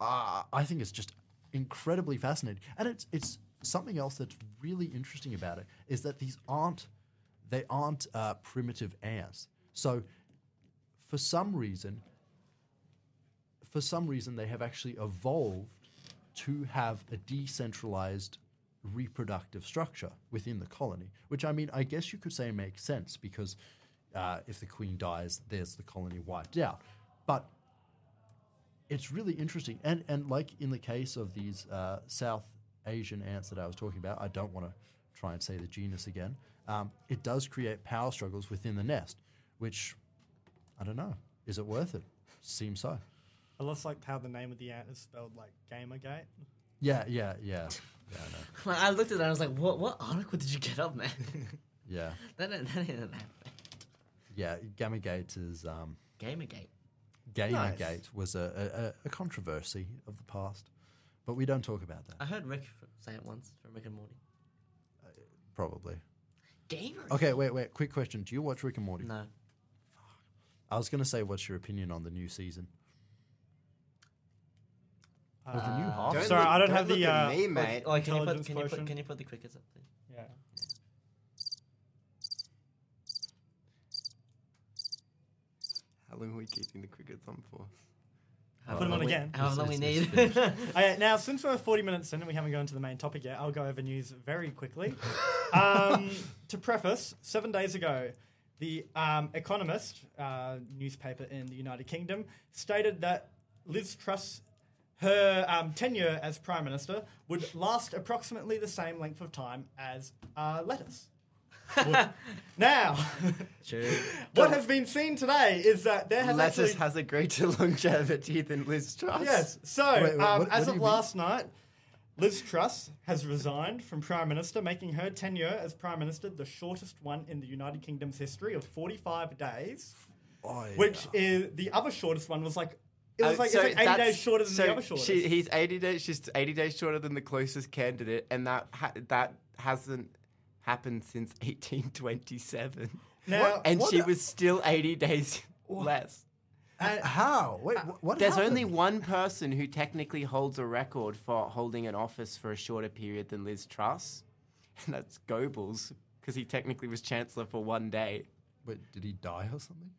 Ah, I think it's just incredibly fascinating, and it's it's something else that's really interesting about it is that these aren't they aren't uh, primitive ants. So for some reason, for some reason, they have actually evolved to have a decentralized reproductive structure within the colony. Which I mean, I guess you could say makes sense because uh, if the queen dies, there's the colony wiped out. But it's really interesting. And and like in the case of these uh, South Asian ants that I was talking about, I don't want to try and say the genus again. Um, it does create power struggles within the nest, which I don't know. Is it worth it? Seems so.
I just like how the name of the ant is spelled like Gamergate.
Yeah, yeah, yeah, yeah. I know.
Like, I looked at that and I was like, what What article did you get up, man?
Yeah,
that, ain't- that ain't an app.
yeah. Gamma Gate is um,
Gamergate.
Gamma
Nice.
Gate was a, a, a controversy of the past, but we don't talk about that
I heard Rick f- say it once from Rick and Morty.
probably.
Gamer.
Okay, wait, wait. Quick question: Do you watch Rick and Morty?
No.
I was going to say, what's your opinion on the new season? Well, the
Uh,
new half-
Don't
Sorry,
look-
I don't have
look
the,
at
uh,
me,
Or-
mate.
or Oh, can, you put,
Intelligence
can, you put,
quotient.
can you put the crickets up, please?
Yeah.
How long are we keeping the crickets on for?
How
Put it
long
on
we-
again.
How
It's-
long we
it's- it's
need.
Uh, now, since we're 40 minutes in and we haven't gone to the main topic yet, I'll go over news very quickly. um, to preface, seven days ago, the um, Economist uh, newspaper in the United Kingdom stated that Liz Truss, her um, tenure as Prime Minister, would last approximately the same length of time as uh, lettuce. Would. now, what has been seen today is that there has
Lettuce
actually
has a greater longevity than Liz Truss.
Yes. So,
Wait, wait,
um,
what- what
as
do
of
you mean?
last night, Liz Truss has resigned from Prime Minister, making her tenure as Prime Minister the shortest one in the United Kingdom's history of 45 days.
Oh, yeah. Oh,
which is the other shortest one was like it was
Uh,
like,
so
it's like 80
that's-
days shorter than
so
the other shortest.
She, he's 80 days, she's 80 days shorter than the closest candidate, and that ha- that hasn't happened since 1827.
Now-
and
What
she
the-
was still 80 days less.
Uh,
How? Wait, wh- what?
There's
happened?
only one person who technically holds a record for holding an office for a shorter period than Liz Truss, and that's Goebbels, because he technically was chancellor for one day.
Wait, did he die or something?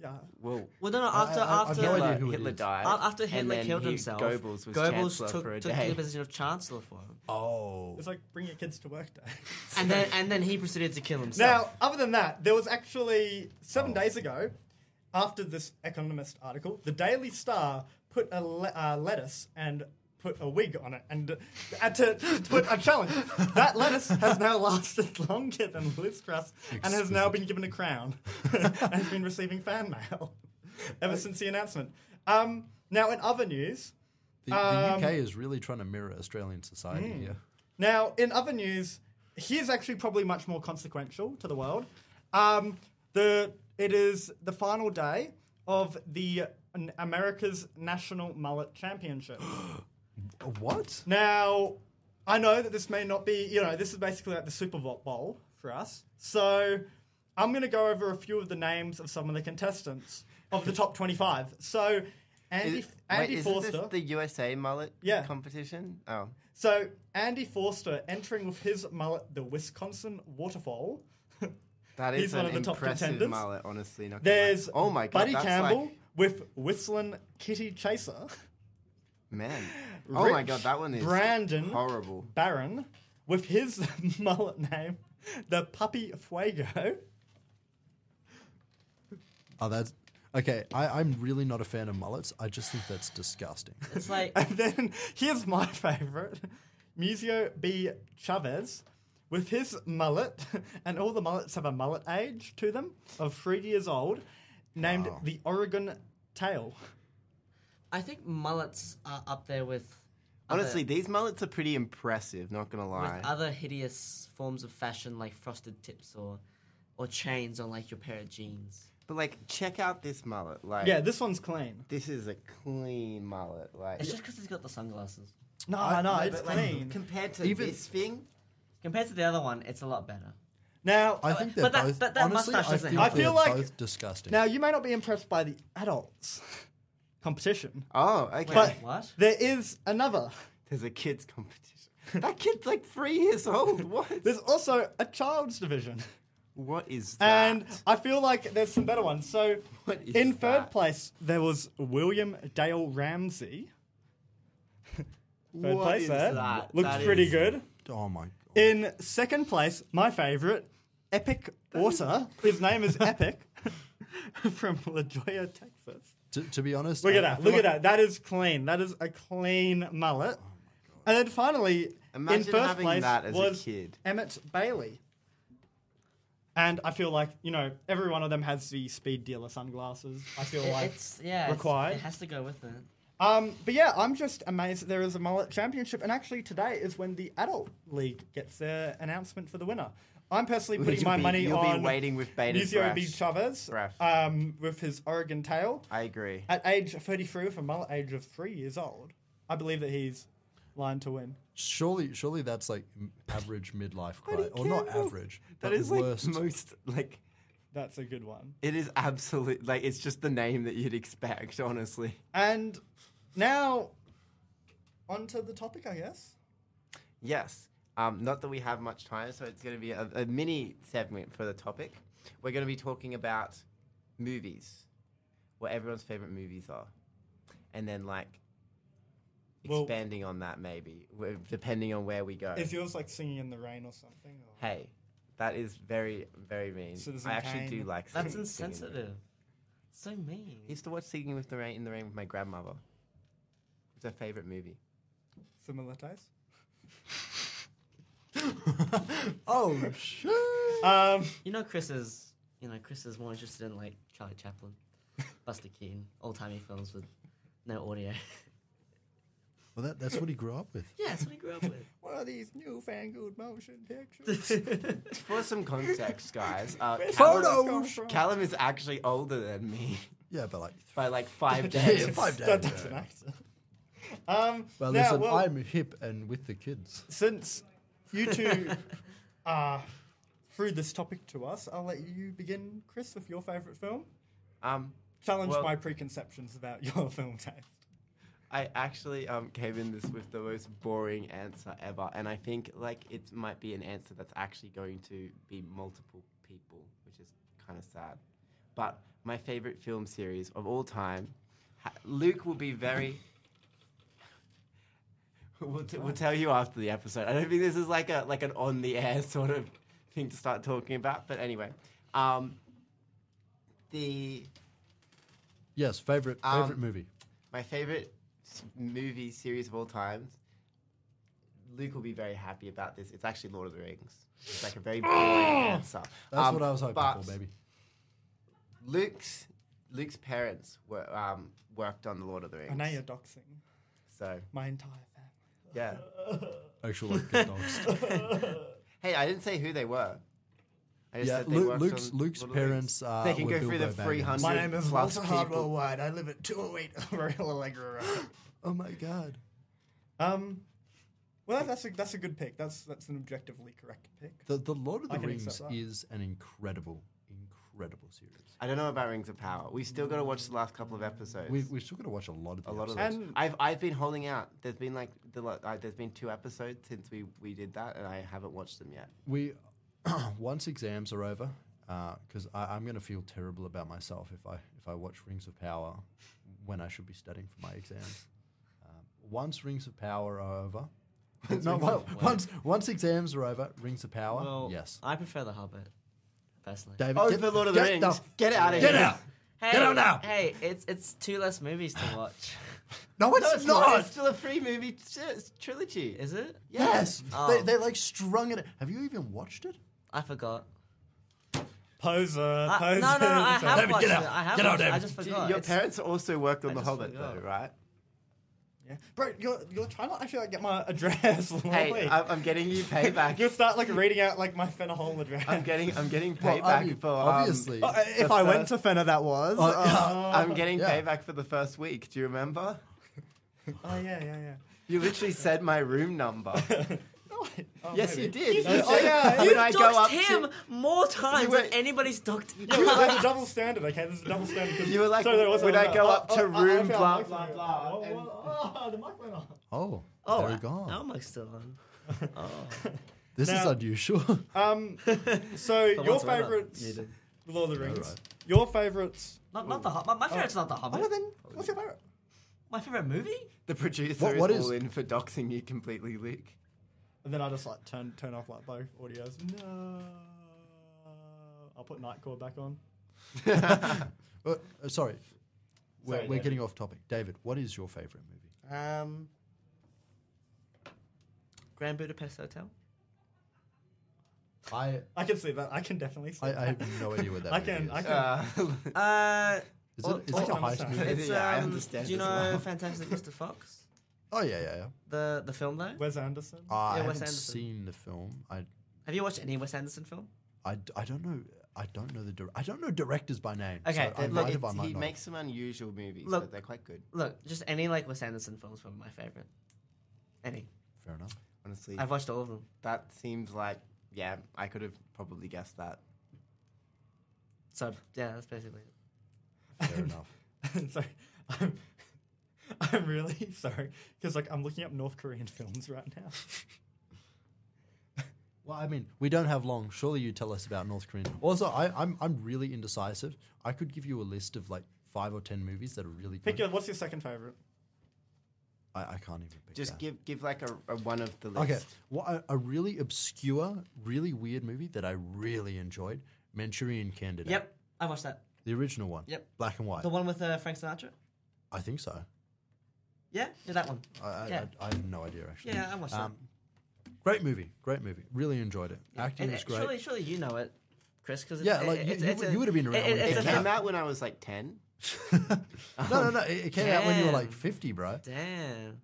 yeah.
Well,
Well, no, no. After
I- I've
after
no
Hitler,
idea who it
Hitler
is.
died.
a- after
and
Hitler
then
killed
he-
himself,
Goebbels was chancellor
took,
for a
took
day.
the position of chancellor for him,
Oh,
It's like bring your kids to work day.
and then and then he proceeded to kill himself.
now, other than that, there was actually seven days ago, after this Economist article, the Daily Star put a le- uh, lettuce and put a wig on it and uh, uh, to, to put a challenge. That lettuce has now lasted longer than Liz Truss and has now been given a crown and has been receiving fan mail ever since the announcement. Um, now, in other news,
the, the
um, hmm.
UK is really trying to mirror Australian society here.
Now, in other news, here's actually probably much more consequential to the world. Um, the it is the final day of the N- America's National Mullet Championship.
Uh, What?
now, I know that this may not be, you know, this is basically like the Super Bowl for us. So, I'm going to go over a few of the names of some of the contestants of the top 25. So, Andy,
Is-
Andy
wait, isn't
Forster.
this the USA mullet
Yeah.
competition? Oh.
So Andy Forster entering with his mullet, the Wisconsin waterfall.
That
He's
is
one
an
of the top
impressive
contenders.
mullet, honestly. Not gonna lie.
There's
oh my god,
Buddy
that's
Campbell
like-
with whistling Kitty Chaser.
man. Oh my
Rich
god, that one is
Brandon
horrible.
Barron with his mullet name, the Puppy Fuego.
Oh, that's okay. I, I'm really not a fan of mullets. I just think that's disgusting.
It's like
And then here's my favorite, Muzio B. Chavez. With his mullet, and all the mullets have a mullet age to them of three years old, named the Oregon Tail.
I think mullets are up there with other-
Honestly, these mullets are pretty impressive. Not gonna
with
lie.
other hideous forms of fashion like frosted tips or or chains on like your pair of jeans.
But like, check out this mullet. Like,
Yeah, this one's clean.
this is a clean mullet. Like,
It's just because he's got the sunglasses.
No,
I-
no,
no,
it's
But, like,
clean.
compared to
Even-
this thing,
Compared to the other one, it's a lot better.
now,
I think they're
Oh, But that-
both.
but that
honestly,
mustache
I
doesn't
think
help. I
they're
feel like-
both disgusting.
now you may not be impressed by the adults competition,
oh okay.
Wait,
But-
what?
there is another.
There's a kids competition. that kid's like three years old. What?
There's also a child's division,
what is that?
and I feel like there's some better ones. So,
What is
in third
that?
place there was William Dale Ramsey. Third
What
place
is
there
that?
looks
That
pretty
is-
good.
oh my. God.
In second place, my favorite, Epic Orta. His name is Epic from La Jolla, Texas.
To, to be honest,
Look
I-
at
I
that.
feel
Look at
like- Oh
that. That is clean. That is a clean mullet. And then finally,
Imagine
in first
having
place
that as a
was
kid.
Emmett Bailey. And I feel like, you know, every one of them has the speed dealer sunglasses. I feel
It-
like.
it's yeah. it's-
required.
it has to go with it.
Um, but yeah, I'm just amazed that there is a mullet championship. And actually, today is when the adult league gets their announcement for the winner. I'm personally putting
You'll
my
be-
money
you'll be
on
waiting with bated
Muzio B.
breath.
Chavez
Breath.
um, with his Oregon tail.
I agree.
At age 33, with a mullet age of three years old, I believe that he's lined to win.
Surely, surely that's like m- average midlife cry,
Buddy
or not
Campbell.
average.
That
but
is like
worst.
most like
That's a good one.
It is absolute. Like it's just the name that you'd expect, honestly.
And now, onto the topic, I guess.
Yes. Um, not that we have much time, so it's going to be a, a mini segment for the topic. We're going to be talking about movies, what everyone's favorite movies are, and then like
Well-
expanding on that maybe, w- depending on where we go.
Is yours like singing in the rain or something? Or?
hey, that is very very mean.
Citizen
I actually do
Kane.
like
That's
Singing in the Rain.
insensitive. So mean.
I used to watch Singing with the Rain in the Rain with my grandmother. It's her favorite movie.
Similar taste?
Oh shit!
Um,
You know, Chris is you know Chris is more interested in like Charlie Chaplin, Buster Keaton, old timey films with no audio.
Well, that, that's what he grew up with.
Yeah, that's what he grew up with.
What are these newfangled motion pictures?
For some context, guys, uh,
Photos!
Callum- Callum is actually older than me
Yeah, but like,
by like five days.
yeah, five days.
that doesn't
yeah.
matter. Um,
Well,
now,
listen,
well,
I'm hip and with the kids.
since you two uh, threw this topic to us, I'll let you begin, Chris, with your favourite film.
Um,
Challenge
Well-
my preconceptions about your film taste.
I actually um, came in this with the most boring answer ever, and I think like it might be an answer that's actually going to be multiple people, which is kind of sad. But my favorite film series of all time, ha- Luke will be very. we'll, t- we'll tell you after the episode. I don't think this is like a like an on the air sort of thing to start talking about, but anyway, um, the
Yes, favorite
Um,
favorite movie.
my favorite s- movie series of all times. Luke will be very happy about this. It's actually Lord of the Rings. It's like a very boring answer.
Oh! That's
Um,
what I was hoping
but
for, baby.
Luke's Luke's parents were um, worked on the Lord of the Rings.
I know you're doxing
So
my entire family.
yeah.
Actual like, good dogs.
Hey, I didn't say who they were. I just
yeah,
said they
Lu-
worked
Luke's
on
Luke's
Lord of the Rings.
parents. Uh,
They can
were
go through
Bilbo
the
Baggins.
300
My name is
Plus
Walter
people.
Hardwell White. I live at 208 Royal Allegra Road.
Oh my god.
Um, well, that's a, that's a good pick. That's that's an objectively correct pick.
The the Lord of
I
the
can
Rings
accept that.
is an incredible, incredible series.
I don't know about Rings of Power. We still got to watch the last couple of episodes.
We we still got to watch a lot of the
a lot of
episodes.
those.
And-
I've I've been holding out. There's been like the lo- uh, there's been two episodes since we we did that, and I haven't watched them yet.
We once exams are over, because I I'm going to feel terrible about myself if I if I watch Rings of Power when I should be studying for my exams. Um, once Rings of Power are over. no,
Rings of
well,
Power.
once once exams are over, Rings of Power.
Well,
yes,
I prefer The Hobbit, personally.
David.
Oh,
get-
the Lord of the
get
Rings! get out of
get
here!
out!
Hey,
Get out now!
Hey, it's it's two less movies to watch.
No, it's,
No, it's
not.
not. It's still a free movie t- trilogy.
Is it?
Yes,
Oh.
they, they like strung it. Have you even watched it?
I forgot.
Poser,
I, Ah, no,
poser.
no, no, I have
David, get
watched
out.
it. I have
Get out,
watched it. I
David.
just
Do-
forgot.
Your
It's-
parents also worked on
I
The
just
Hobbit,
forgot.
though, right?
Yeah. Bro, you're, you're trying to actually like, get my address.
Hey,
Wait.
I'm, I'm getting you
You'll
payback.
start like reading out like my Fenahol address.
I'm getting I'm getting
Well,
payback
I mean,
for um,
obviously.
Oh, uh, if
The
I went
first-
to Fenner, that was.
Oh,
Oh,
I'm getting
Yeah.
payback for the first week. Do you remember?
oh, yeah, yeah, yeah.
You literally said my room number.
No, I- oh,
yes,
maybe.
you did.
did.
said-
Yeah,
when
you
I
You've
go up
doxed
to-
him more times
were-
than anybody's doxed you.
Yeah, well, there's a double standard, okay? There's a double standard. 'cause-
You were like,
Sorry, there was
when
another-
I go
oh,
up to
oh, I- I
room,
found the
blah,
mic
blah,
went
blah,
off. Oh,
and-
well, oh, the mic went off.
Oh,
Oh,
there we
uh,
go.
our mic's still Oh, on.
This is
Now-
unusual.
Um, so
For
your
once we're not-
favourites,
Yeah, you did.
Lord of the Rings.
Alright.
Your favourites.
Not, not the Hobbit. My favorite's not the
Oh, well,
Hobbit.
then what's your favourite?
My favorite movie?
The producer
What- what
is,
is-
all in for doxing you completely, Luke.
And then I just like turn turn off like both audios. No, I'll put Nightcore back on.
Uh, uh, sorry, we're,
Sorry,
we're
David.
getting off topic. David, what is your favorite movie?
Um, Grand Budapest Hotel.
I
I can see that. I can definitely see.
I,
that.
I have no idea what that
I
movie
can-
is.
I can-
Uh,
Uh,
is it, is it
I
can
a heist
understand.
movie?
it's um,
Yeah, I understand
Do you
as
know
well.
Fantastic Mr. Fox?
Oh yeah, yeah. yeah.
The the film though.
Wes Anderson.
Uh, I
Yeah, Wes
haven't
Anderson.
seen the film. I,
Have you watched any Wes Anderson film?
I, d- I don't know. I don't know the dir- I don't know directors by name.
Okay,
so I
look,
might
Look,
have, I
it's-
might
he
not.
makes some unusual movies,
Look.
but they're quite good.
Look, just any like Wes Anderson films were my favorite. Any.
Fair enough.
Honestly,
I've watched all of them.
that seems like yeah. I could have probably guessed that.
So yeah, that's basically it.
Fair enough.
sorry, I'm, I'm really sorry because like I'm looking up North Korean films right now.
Well, I mean, we don't have long. Surely you tell us about North Korean. Also, I, I'm I'm really indecisive. I could give you a list of like five or ten movies that are really
Pick
good.
your. What's your second favorite?
I, I can't even pick.
Just
that.
give give like a, a one of the list.
Okay, what a, a really obscure, really weird movie that I really enjoyed: Manchurian Candidate.
Yep, I watched that.
the original one.
Yep.
black and white.
The one with uh, Frank Sinatra.
I think so.
Yeah, yeah, that one.
I, I,
Yeah.
I, I have no idea actually.
Yeah, I watched that.
Um, great movie, great movie. Really enjoyed it. Acting
And,
was
uh,
great.
Surely, surely you know it, Chris. Because
Yeah, like, you- you would- you would have been around when
It
it's a
Yeah.
came
film-
out when I was like ten.
no, no, no. It, it came out when you were like
Damn.
fifty, bro.
Damn.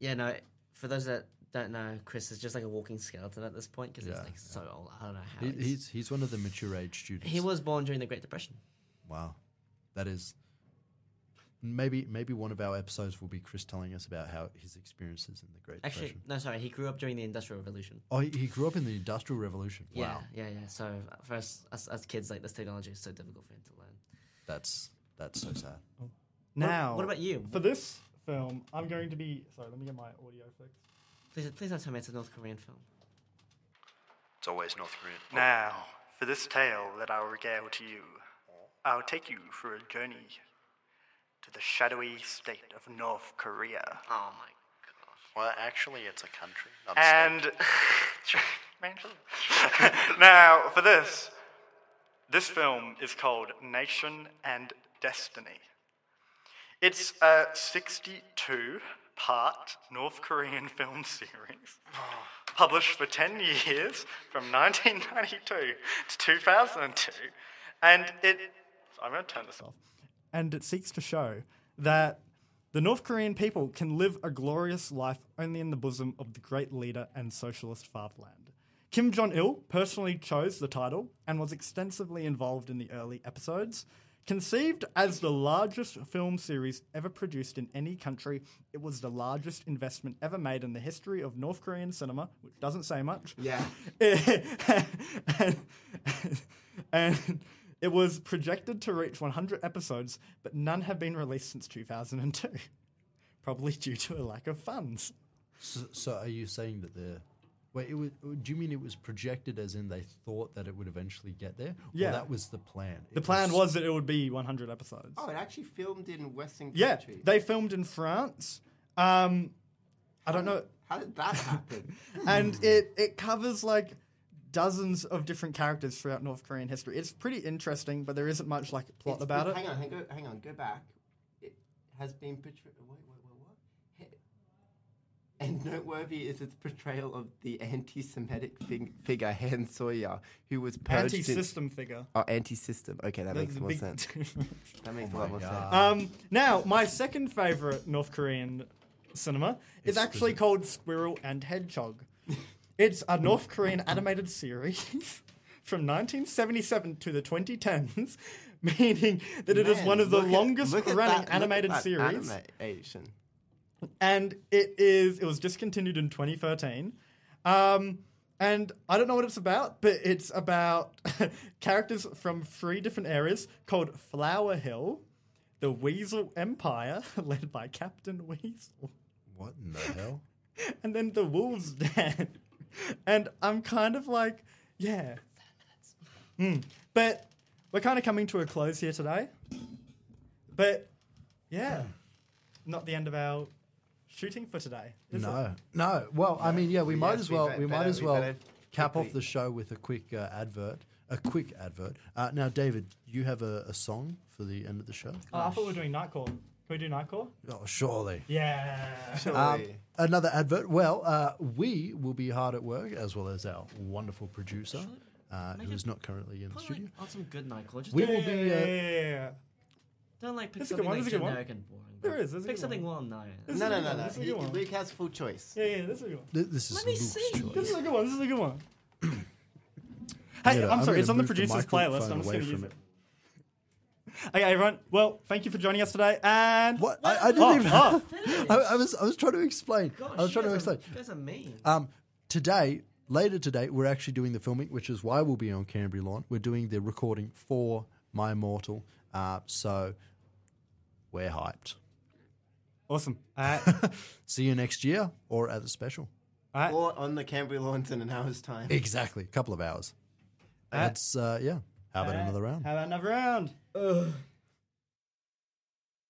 yeah, no. For those that don't know, Chris is just like a walking skeleton at this point because he's
Yeah,
like so old. I don't know how.
He,
he's-
he's he's one of the mature age students.
he was born during the Great Depression.
Wow, that is. Maybe maybe one of our episodes will be Chris telling us about how his experiences in the Great
Actually,
Depression.
no, sorry. He grew up during the Industrial Revolution.
Oh, he, he grew up in the Industrial Revolution.
Yeah,
Wow,
yeah, yeah. So uh, for us, us, us kids, like this technology is so difficult for him to learn.
that's that's so sad.
What-
Now,
what, about you?
for this film? I'm going to be sorry. Let me get my audio fixed.
Please, please don't tell me it's a North Korean film.
It's always North Korean.
Now, for this tale that I'll regale to you, I'll take you for a journey to the shadowy state of North Korea.
Oh my!
Well, actually, it's a country. Not a
And now, for this, this film is called Nation and Destiny. It's a 62 part North Korean film series published for 10 years from 1992 to 2002. And it. I'm going to turn this off. And it seeks to show that the North Korean people can live a glorious life only in the bosom of the great leader and socialist fatherland. Kim Jong il personally chose the title and was extensively involved in the early episodes. Conceived as the largest film series ever produced in any country, it was the largest investment ever made in the history of North Korean cinema, which doesn't say much.
Yeah.
and, and it was projected to reach 100 episodes, but none have been released since 2002, probably due to a lack of funds.
So, so are you saying that the wait? It was, do you mean it was projected as in they thought that it would eventually get there?
Yeah.
or that was the plan.
The plan was that it would be 100 episodes.
Oh, it actually filmed in Western
yeah,
countries.
they filmed in France. Um, I don't know.
How did that happen? Hmm.
and it it covers like dozens of different characters throughout North Korean history. It's pretty interesting, but there isn't much like plot
It's-
about it.
Hang on, hang on, hang on, go back. It has been portrayed. Wait, wait, wait, what? He- And noteworthy is its portrayal of the anti-Semitic fig- figure Han Sawyer, who was purged. in-
Anti-system figure.
oh, anti-system. Okay, that makes
There's a
more
big-
sense. That makes a lot more sense.
Um, now, my second favorite North Korean cinema is actually called Squirrel and Hedgehog. It's a North Korean animated series from 1977 to the 2010s, meaning that it is
Man,
one of the
look at-
longest
look at
running
that- look at
animated
that
series.
Animation.
and it is it was discontinued in 2013 um and i don't know what it's about but it's about characters from three different areas called flower hill the weasel empire led by captain weasel
What in the hell?
and then the wolves den and i'm kind of like yeah Mm. but we're kind of coming to a close here today but yeah not the end of our shooting for today is it?
No, no. Well, I mean, yeah, we might
yes,
as
we
well.
bet-
We might
better-
as
we
well
better
cap off
quickly-
the show with a quick uh, advert. A quick advert. Uh, now, David, you have a, a song for the end of the show.
Oh, I thought we were doing Nightcore. Can we do Nightcore?
Oh, surely.
Yeah.
Um,
Surely.
another advert. Well, uh, we will be hard at work as well as our wonderful producer, uh, who is not currently in the
Put like
studio.
on some good Nyquil. Just
We
don't,
will be. Uh,
don't like pick
That's a good
something
one,
like
that's a good one.
generic and boring.
There
but
is, that's a
Pick
good
something well
This
known.
No,
is a
no,
good
no,
one,
no.
this is a
He-
good one.
Luke has full choice.
Yeah, yeah, this is a good one.
th- this is
Let me
Luke's
see.
This
choice.
is a good one. This is a good one. Hey,
Yeah,
I'm, sorry,
gonna
it's on the
move
producer's playlist.
microphone
I'm just
away
going to use
from
it. Okay, everyone. Well, thank you for joining us today. And.
What? I, I didn't
Oh,
even.
oh.
I, I was. I was trying to explain.
Gosh,
I was
you
trying to
guys are-
explain.
You guys are mean.
Um, today, later today, we're actually doing the filming, which is why we'll be on Canterbury Lawn. We're doing the recording for My Immortal. Uh, so we're hyped.
Awesome. Uh,
See you next year or at the special.
Or on the Canberra Lawns in an hour's time.
Exactly. A couple of hours. That's, uh, yeah. How about another round?
have another round.